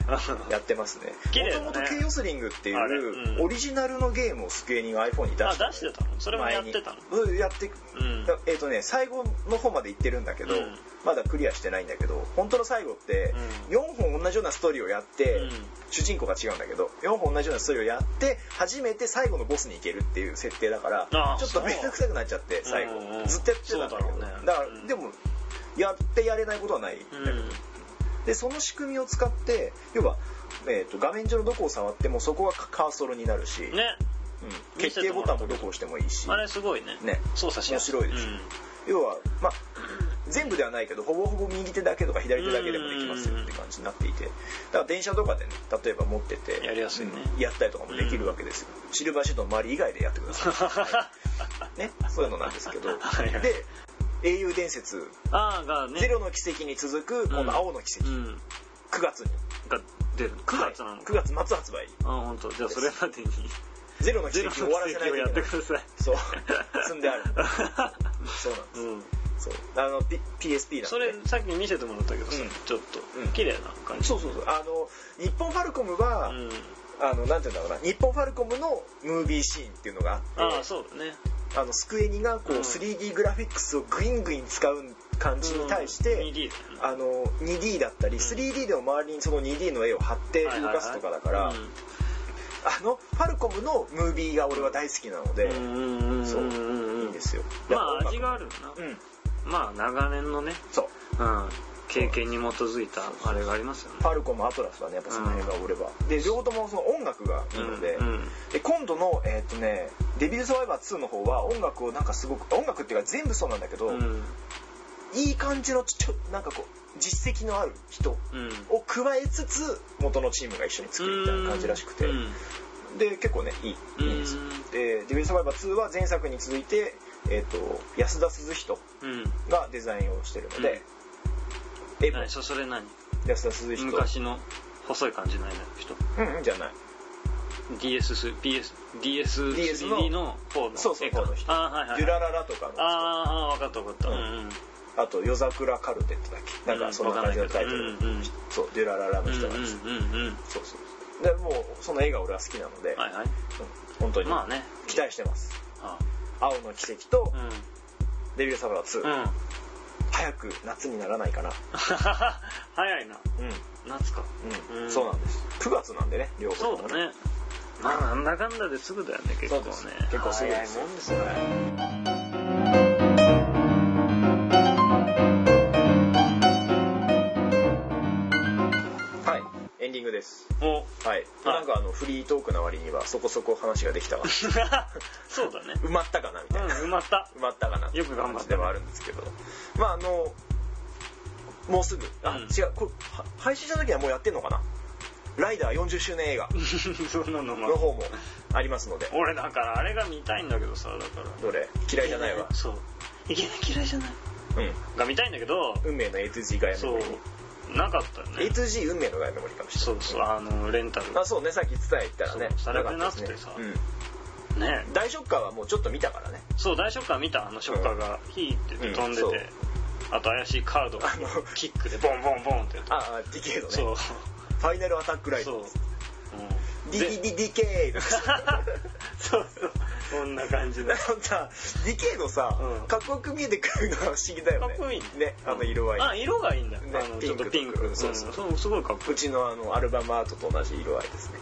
Speaker 2: い、やってますね
Speaker 1: 綺麗だね
Speaker 2: もともと「ケイオスリング」ってい
Speaker 1: あれうん
Speaker 2: うオリジナルのゲームをスケイに iPhone に出
Speaker 1: あ
Speaker 2: して
Speaker 1: 出してたのそれもやってたの
Speaker 2: 前にうんやって
Speaker 1: うん
Speaker 2: だえっ、とね最後の方まで行ってるんだけど、
Speaker 1: うん
Speaker 2: まだクリアしてないんだけど本当の最後って
Speaker 1: う
Speaker 2: 4本同じようなストーリーをやって、
Speaker 1: うん
Speaker 2: 主人公が違うんだけど4本同じようなストーリーをやって初めて最後のボスに行けるっていう設定だから
Speaker 1: あー
Speaker 2: ちょっと面倒くさくなっちゃって最後
Speaker 1: うんうん
Speaker 2: ずっとやってたんだけど
Speaker 1: そうだ
Speaker 2: だ,、
Speaker 1: ろうね
Speaker 2: から、
Speaker 1: うん
Speaker 2: でもやってやれないことはないんだけ
Speaker 1: う
Speaker 2: ど、
Speaker 1: んうん
Speaker 2: でその仕組みを使って要は、えー、と画面上のどこを触ってもそこがカーソルになるし、
Speaker 1: ね
Speaker 2: うん決定ボタンもどこ押してもいいし
Speaker 1: あれすごいね
Speaker 2: ね
Speaker 1: 操作しやす
Speaker 2: 面白いです
Speaker 1: うん
Speaker 2: 要は、まあ、全部ではないけどほぼほぼ右手だけとか左手だけでもできますよって感じになっていてだから電車とかでね例えば持ってて
Speaker 1: やりやすいね
Speaker 2: うんやったりとかもできるわけですよ、シルバーシートの周り以外でやってくださ
Speaker 1: (laughs)
Speaker 2: い、ね、そういうのなんですけど
Speaker 1: はいはい
Speaker 2: で英雄伝説
Speaker 1: あーが
Speaker 2: 「
Speaker 1: ね
Speaker 2: ゼロの奇跡」に続くこの青の奇跡、
Speaker 1: うん
Speaker 2: 9月に
Speaker 1: が出る9月なのか、
Speaker 2: 9月末発売
Speaker 1: あ本当じゃあそれまで (laughs) に
Speaker 2: 「ゼロの
Speaker 1: ゼ
Speaker 2: 奇
Speaker 1: ロの
Speaker 2: 跡」を終わらせない
Speaker 1: を
Speaker 2: とい
Speaker 1: やって
Speaker 2: けない
Speaker 1: ください
Speaker 2: そう積んであるそうなんです
Speaker 1: (laughs) うん
Speaker 2: そうあの、P、PSP なんで、ね、
Speaker 1: それさっき見せてもらったけどさ、
Speaker 2: うん
Speaker 1: ちょっ
Speaker 2: うん
Speaker 1: と綺麗な感じ
Speaker 2: そうそうそうあの日本ファルコムは、
Speaker 1: うん
Speaker 2: あのなんていうんだろうな日本ファルコムのムービーシーンっていうのがあって
Speaker 1: ああそうだね
Speaker 2: あのスクエニがこう、
Speaker 1: うん
Speaker 2: 3D グラフィックスをグイングイン使う感じに対して、
Speaker 1: うん 2D だよね
Speaker 2: あの 2D だったり 3D でも周りにその 2D の絵を貼って動かすとかだから、
Speaker 1: はい
Speaker 2: あのファルコムのムービーが俺は大好きなので、
Speaker 1: はいはいうんうんうんうん
Speaker 2: そう
Speaker 1: うんうん
Speaker 2: いいんですよ
Speaker 1: まあ味
Speaker 2: やっぱ音楽も
Speaker 1: があるよな、
Speaker 2: うん
Speaker 1: まあ長年のね、
Speaker 2: そ
Speaker 1: う
Speaker 2: う
Speaker 1: ん、経験に基づいたあれがありますよね
Speaker 2: ファルコムアトラスはねやっぱその辺が俺は、で両方ともその音楽がいいので、
Speaker 1: うんうん
Speaker 2: で今度のえーっとねデビル・サバイバー2の方は音楽をなんかすごく音楽っていうか全部そうなんだけど、
Speaker 1: うん
Speaker 2: いい感じのちょなんかこう実績のある人
Speaker 1: うん
Speaker 2: を加えつつ元のチームが一緒に作るみたいな感じらしくて、
Speaker 1: うん
Speaker 2: で結構ねいいいいんですよ
Speaker 1: うん
Speaker 2: で「デビル・サバイバー2」は前作に続いて、えっと安田鈴人
Speaker 1: うん
Speaker 2: がデザインをしてるので、エボ
Speaker 1: 何そそれ何
Speaker 2: 安田鈴人
Speaker 1: 昔の細い感じの人
Speaker 2: うんうんじゃない DS
Speaker 1: DSPSDS3D の方の
Speaker 2: そうそう
Speaker 1: 絵か
Speaker 2: 方の人
Speaker 1: あーはいはい
Speaker 2: 「ゆららら」とかの人
Speaker 1: あーあー分かった分かった
Speaker 2: うん
Speaker 1: うん
Speaker 2: あと「夜桜カルテット」だっけなんかそんな感じのタイトルの人、
Speaker 1: うんうん
Speaker 2: そう「デュラララ」の
Speaker 1: うん
Speaker 2: 人
Speaker 1: う
Speaker 2: なん
Speaker 1: ん
Speaker 2: ですよ、
Speaker 1: うんうん
Speaker 2: そうそうでもうその映画俺は好きなので、
Speaker 1: はいはい
Speaker 2: うん本当に
Speaker 1: まあね
Speaker 2: 期待してます
Speaker 1: あ
Speaker 2: 「青の奇跡」と
Speaker 1: うん
Speaker 2: 「デビル・サバイバー2」
Speaker 1: うん (laughs)
Speaker 2: 早く夏にならないかな
Speaker 1: 早いな
Speaker 2: うん
Speaker 1: 夏か
Speaker 2: うん、
Speaker 1: うん
Speaker 2: そうなんです9月なんでね両方
Speaker 1: そう
Speaker 2: とも
Speaker 1: だねまあなんだかんだですぐだよね結構ね
Speaker 2: そうです結構すぐです
Speaker 1: 早いもんですよね
Speaker 2: はいエンディングです
Speaker 1: お (laughs)
Speaker 2: はい、
Speaker 1: はい
Speaker 2: なんかあのフリートークな割にはそこそこ話がで
Speaker 1: (laughs)
Speaker 2: きたわ
Speaker 1: そうだね
Speaker 2: 埋まったかなみ
Speaker 1: う
Speaker 2: たい
Speaker 1: ん
Speaker 2: な、
Speaker 1: 埋まった (laughs)
Speaker 2: 埋まったかな
Speaker 1: よく頑張ったね
Speaker 2: 感じではあるんですけどまああのもうすぐあ、
Speaker 1: うん
Speaker 2: 違うこれは配信した時にはもうやってんのかなライダー40周年映画
Speaker 1: そんなのまあ
Speaker 2: の方もありますので
Speaker 1: 俺だからあれが見たいんだけどさだから
Speaker 2: どれ嫌いじゃないわ
Speaker 1: そういけない嫌いじゃない
Speaker 2: うん
Speaker 1: が見たいんだけど
Speaker 2: 運命の A2G ガイアメ
Speaker 1: そ
Speaker 2: モリ
Speaker 1: うなかったよ
Speaker 2: ー
Speaker 1: ね
Speaker 2: A2G 運命のガイアメモリーかもしれ
Speaker 1: そ
Speaker 2: な
Speaker 1: う
Speaker 2: い
Speaker 1: そうあのレンタル
Speaker 2: あそうねさっき伝えたらね
Speaker 1: そうされて
Speaker 2: かったですね
Speaker 1: なくてさ
Speaker 2: うん
Speaker 1: ね
Speaker 2: 大ショッカーはもうちょっと見たからね
Speaker 1: そう大ショッカー見たあのショッカーがヒーって飛んで
Speaker 2: うんそう
Speaker 1: てあと怪しいカードが
Speaker 2: あの
Speaker 1: キックでボンボンボンってやって
Speaker 2: ああディケイドね
Speaker 1: そう
Speaker 2: ファイナルアタックライ (laughs)
Speaker 1: そう
Speaker 2: ト
Speaker 1: うん
Speaker 2: ディ
Speaker 1: で
Speaker 2: ディディケイド
Speaker 1: そうそうこんな感じで
Speaker 2: なんかディケイドさ、
Speaker 1: うん
Speaker 2: かっこよく見えてくるのは不思議だよ
Speaker 1: か
Speaker 2: ね
Speaker 1: っこいいね
Speaker 2: あの色合い、う
Speaker 1: あ色がいいんだよ
Speaker 2: ね
Speaker 1: あのちょっとピ
Speaker 2: ピン
Speaker 1: ン
Speaker 2: クとか
Speaker 1: ク
Speaker 2: そうそうん
Speaker 1: そうすごいかっこいい
Speaker 2: ちのあのアルバムアートと同じ色合いですね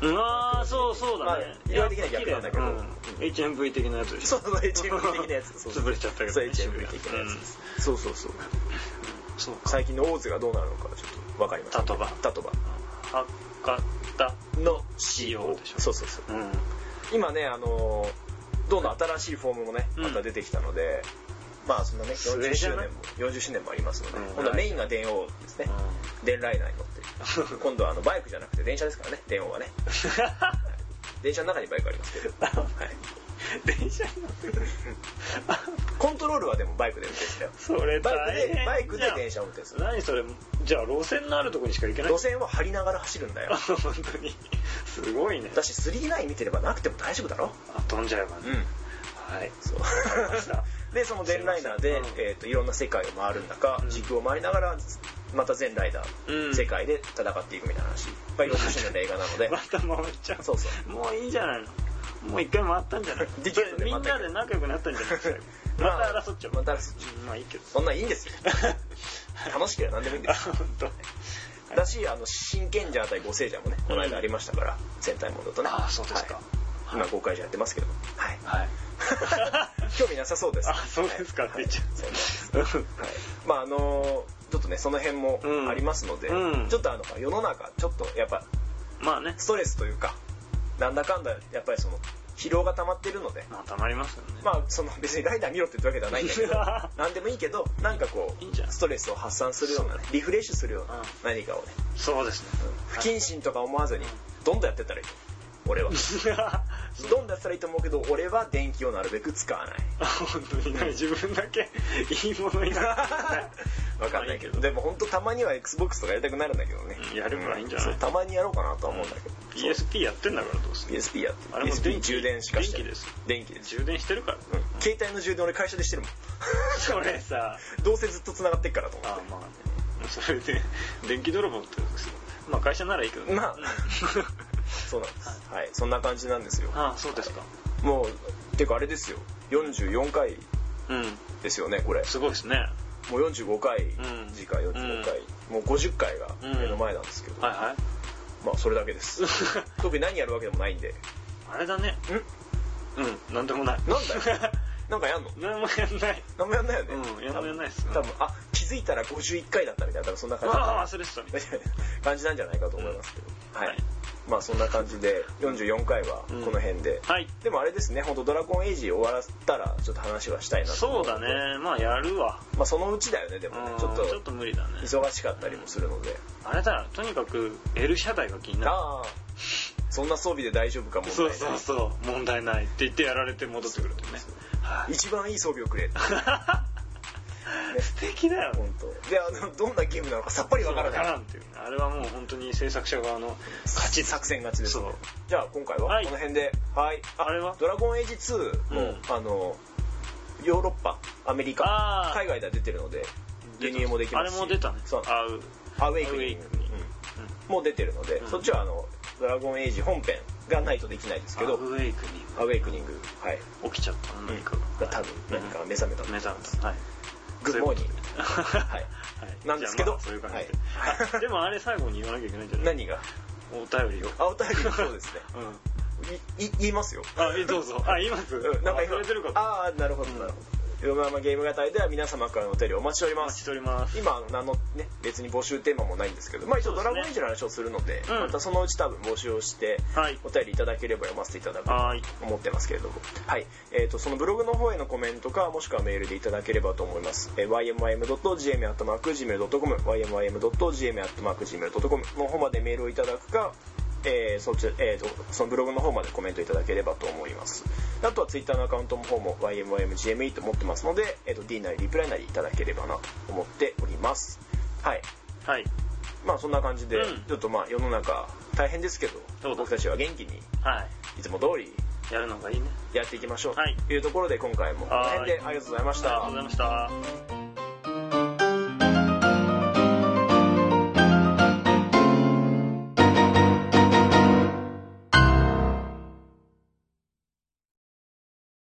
Speaker 1: うわーそうそうだね
Speaker 2: まあ色合い的には逆なんだけど
Speaker 1: やっぱ綺麗うん HMV 的なやつでしょ
Speaker 2: そうそう HMV 的なやつそうそう
Speaker 1: 潰れちゃったけどね
Speaker 2: そう HMV 的なやつです、そうそうそう
Speaker 1: そうか
Speaker 2: 最近のオーズがどうなるのかちょっとわかりません
Speaker 1: タトバ
Speaker 2: タトバ
Speaker 1: 博多
Speaker 2: の
Speaker 1: 仕様でしょ
Speaker 2: そうそうそ
Speaker 1: う
Speaker 2: う
Speaker 1: ん
Speaker 2: 今ねあのーどんどん新しいフォームもね
Speaker 1: うん
Speaker 2: また出てきたので、まあそんなね
Speaker 1: そ
Speaker 2: 40
Speaker 1: れじ
Speaker 2: 周
Speaker 1: ゃ
Speaker 2: 年
Speaker 1: な
Speaker 2: も
Speaker 1: い
Speaker 2: 40周年もありますので、
Speaker 1: うん
Speaker 2: 今度はメインが電王ですね、電ライナーに乗って今度はあのバイクじゃなくて電車ですからね電王はね電車の中にバイクありますけど、はい、
Speaker 1: 電車に乗ってくる
Speaker 2: コントロールはでもバイクで運転してよ
Speaker 1: それ
Speaker 2: バ
Speaker 1: 大
Speaker 2: イ
Speaker 1: 変じ
Speaker 2: クで
Speaker 1: ゃん
Speaker 2: バイクで電車を運転する
Speaker 1: 何それじゃあ路線のあるとこにしか行 (laughs) けない
Speaker 2: 路線は張りながら走るんだよ
Speaker 1: 本当にすごいね
Speaker 2: だし39見てればなくても大丈夫だろ
Speaker 1: あ飛んじゃえばねはい
Speaker 2: そう (laughs)
Speaker 1: わかりました
Speaker 2: でその全ライナー
Speaker 1: すい
Speaker 2: で、
Speaker 1: ません
Speaker 2: えー、といろんな世界を回るんだか、
Speaker 1: うん
Speaker 2: 時空を回りながらまた全ライダー、
Speaker 1: うん
Speaker 2: 世界で戦っていくみたいな話が40周年の映画な
Speaker 1: (laughs)
Speaker 2: ので
Speaker 1: また回っちゃう
Speaker 2: そうそう
Speaker 1: もういいんじゃないのもう一回回ったんじゃない
Speaker 2: できる
Speaker 1: みん (laughs) なで仲良くなったんじゃないですかまた争っちゃう
Speaker 2: また争っちゃ
Speaker 1: うんまあいいけど
Speaker 2: そんなんいいんですよ
Speaker 1: (laughs)
Speaker 2: 楽しければ何でもいいんで
Speaker 1: あ
Speaker 2: すよ
Speaker 1: 本当。
Speaker 2: だしあの真剣者対五聖者もねこの間ありましたから、戦隊モードとね
Speaker 1: ああそうですか
Speaker 2: はい今公開じゃやってますけどはい
Speaker 1: はい
Speaker 2: 興味なさそうです
Speaker 1: あそうですかって言っちゃ
Speaker 2: そうなんです
Speaker 1: う
Speaker 2: はい、まああのーちょっとねその辺もありますので、
Speaker 1: うんうん
Speaker 2: ちょっとあの世の中ちょっとやっぱ
Speaker 1: まあね
Speaker 2: ストレスというかなんだかんだやっぱりその疲労が溜まってるので
Speaker 1: まあたまりますよね
Speaker 2: まあその別にライダー見ろって言ってるわけではないんだけど
Speaker 1: (laughs)
Speaker 2: 何でもいいけどなんかこ
Speaker 1: いいんじゃな
Speaker 2: う
Speaker 1: い
Speaker 2: ストレスを発散するようなねリフレッシュするような
Speaker 1: うん
Speaker 2: 何かをね
Speaker 1: そうですね
Speaker 2: 不謹慎とか思わずにどんどんやってったらいいと思う俺は
Speaker 1: (laughs)
Speaker 2: どんどんやってたらいいと思うけど俺は電気をなるべく使わない
Speaker 1: 本当にね自分だけいいものになって
Speaker 2: わかんないけどでも本当たまには XBOX とかやりたくなるんだけどね
Speaker 1: うんやればいいんじゃない
Speaker 2: そうたまにやろうかなとは思うんだけど
Speaker 1: PSP やってんだからどうする
Speaker 2: PSP やって
Speaker 1: あれも
Speaker 2: PSP
Speaker 1: 電気
Speaker 2: 充電しかしてない
Speaker 1: 電気です
Speaker 2: 電気です
Speaker 1: 充電してるから
Speaker 2: うん携帯の充電俺会社でしてるもん
Speaker 1: それさ
Speaker 2: どうせずっと繋がってっからと思っ
Speaker 1: あまあねそれで電気泥棒ってことですよまあ会社ならいいけど
Speaker 2: て
Speaker 1: ね
Speaker 2: まあそうなんですはい、そんな感じなんですよ
Speaker 1: ああそうですか
Speaker 2: もうてかあれですよ44
Speaker 1: う
Speaker 2: 回
Speaker 1: ん
Speaker 2: ですよねこれ
Speaker 1: すごいですね
Speaker 2: もう45回、
Speaker 1: ん
Speaker 2: 次回45回、もう50回が
Speaker 1: うん
Speaker 2: 目の前なんですけど、
Speaker 1: はい (laughs) はい
Speaker 2: まあそれだけです
Speaker 1: (laughs)
Speaker 2: 特に何やるわけでもないんで
Speaker 1: あれだねうんなんでもない
Speaker 2: なんだよなんかやんの
Speaker 1: 何もやん (laughs) ない
Speaker 2: 何もやんないよね、
Speaker 1: うんやんもやんないっすね
Speaker 2: 多分あ気づいたら51回だったみたいな多分そんな
Speaker 1: う
Speaker 2: 感じ
Speaker 1: わあ忘れてたみたい
Speaker 2: (laughs) 感じなんじゃないかと思いますけど、
Speaker 1: ん
Speaker 2: はい
Speaker 1: はい
Speaker 2: まあそんな感じで44回はこの辺で、
Speaker 1: はい
Speaker 2: でもあれですね本当ドラゴンエイジ終わらせたらちょっと話はしたいなと
Speaker 1: そうだねまあやるわ
Speaker 2: まあそのうちだよねでもね
Speaker 1: うん
Speaker 2: ちょっと
Speaker 1: ちょっと無理だね
Speaker 2: 忙しかったりもするので、
Speaker 1: あれだとにかく L 社代が気になる
Speaker 2: ああそんな装備で大丈夫かもね
Speaker 1: そうそうそう問題ないって言ってやられて戻ってくるとねはい
Speaker 2: 一番いい装備を
Speaker 1: (laughs)
Speaker 2: くれって
Speaker 1: 素敵だよ
Speaker 2: 本当であのどんなゲームなのかさっぱりわから
Speaker 1: わから
Speaker 2: ない
Speaker 1: んっていうねあれはもう本当に制作者側の勝ち
Speaker 2: 作戦勝ちです
Speaker 1: そ
Speaker 2: ね
Speaker 1: う
Speaker 2: じゃあ今回
Speaker 1: は
Speaker 2: はいこの辺ではい、
Speaker 1: あれは
Speaker 2: ドラゴンエイジ2の、
Speaker 1: うん
Speaker 2: あのヨーロッパアメリ
Speaker 1: あ
Speaker 2: カ
Speaker 1: ー
Speaker 2: 海外では出てるので輸入もできますし
Speaker 1: あれも出たね
Speaker 2: そう
Speaker 1: あう
Speaker 2: アウェイクニ
Speaker 1: アウェイ
Speaker 2: ング
Speaker 1: クニング
Speaker 2: うんもう出てるので、
Speaker 1: うん
Speaker 2: そっちはあのドラゴンエイジ本編がないとできないですけ
Speaker 1: ア
Speaker 2: ど
Speaker 1: ウェイクに
Speaker 2: アウェイクニングはい
Speaker 1: 起きちゃった何か
Speaker 2: が多分何かが目覚めた
Speaker 1: 目覚めたはい
Speaker 2: グッドモーニング
Speaker 1: はいい
Speaker 2: なんですけど
Speaker 1: じゃあまあそういう感じで
Speaker 2: はい
Speaker 1: あでもあれ最後に言わなきゃいけないんじゃない
Speaker 2: 何が
Speaker 1: お便りを
Speaker 2: あお便りそうですね
Speaker 1: うん
Speaker 2: いい言いますよ
Speaker 1: あえどうぞあ言います
Speaker 2: うんなんか今
Speaker 1: 忘れてるかと
Speaker 2: ああなるほどなるほど横浜ゲーム型では皆様からのお便りお待ちしており
Speaker 1: お
Speaker 2: ま
Speaker 1: 待ちし
Speaker 2: す
Speaker 1: ております
Speaker 2: 今あの何のね別に募集テーマもないんですけどまあ一応
Speaker 1: そ
Speaker 2: ド
Speaker 1: うですね
Speaker 2: ラゴンエイジの話をするので
Speaker 1: うん
Speaker 2: またそのうち多分募集をして
Speaker 1: はい
Speaker 2: お便りいただければ読ませていただくと
Speaker 1: はい
Speaker 2: 思ってますけれどもはいえーとそのブログの方へのコメントかもしくはメールでいただければと思います、えー ymym.gm.gmail.com ymym.gm.gmail.com の方までメールをいただくかえーそっちえーとそのブログの方までコメントいただければと思いますあとはツイッターのアカウントの方も YMYMGME と持ってますので、えー、と D なりリプライなりいただければなと思っておりますはい
Speaker 1: はい
Speaker 2: まあそんな感じで、
Speaker 1: うん
Speaker 2: ちょっとまあ世の中大変ですけ
Speaker 1: そう
Speaker 2: ど
Speaker 1: だ
Speaker 2: 僕たちは元気に
Speaker 1: はい
Speaker 2: つも通り
Speaker 1: いやるのがいいね
Speaker 2: やっていきましょう
Speaker 1: はい
Speaker 2: というところで今回もこの辺でありがとうございまし
Speaker 1: ありがとうご
Speaker 2: た
Speaker 1: ざいました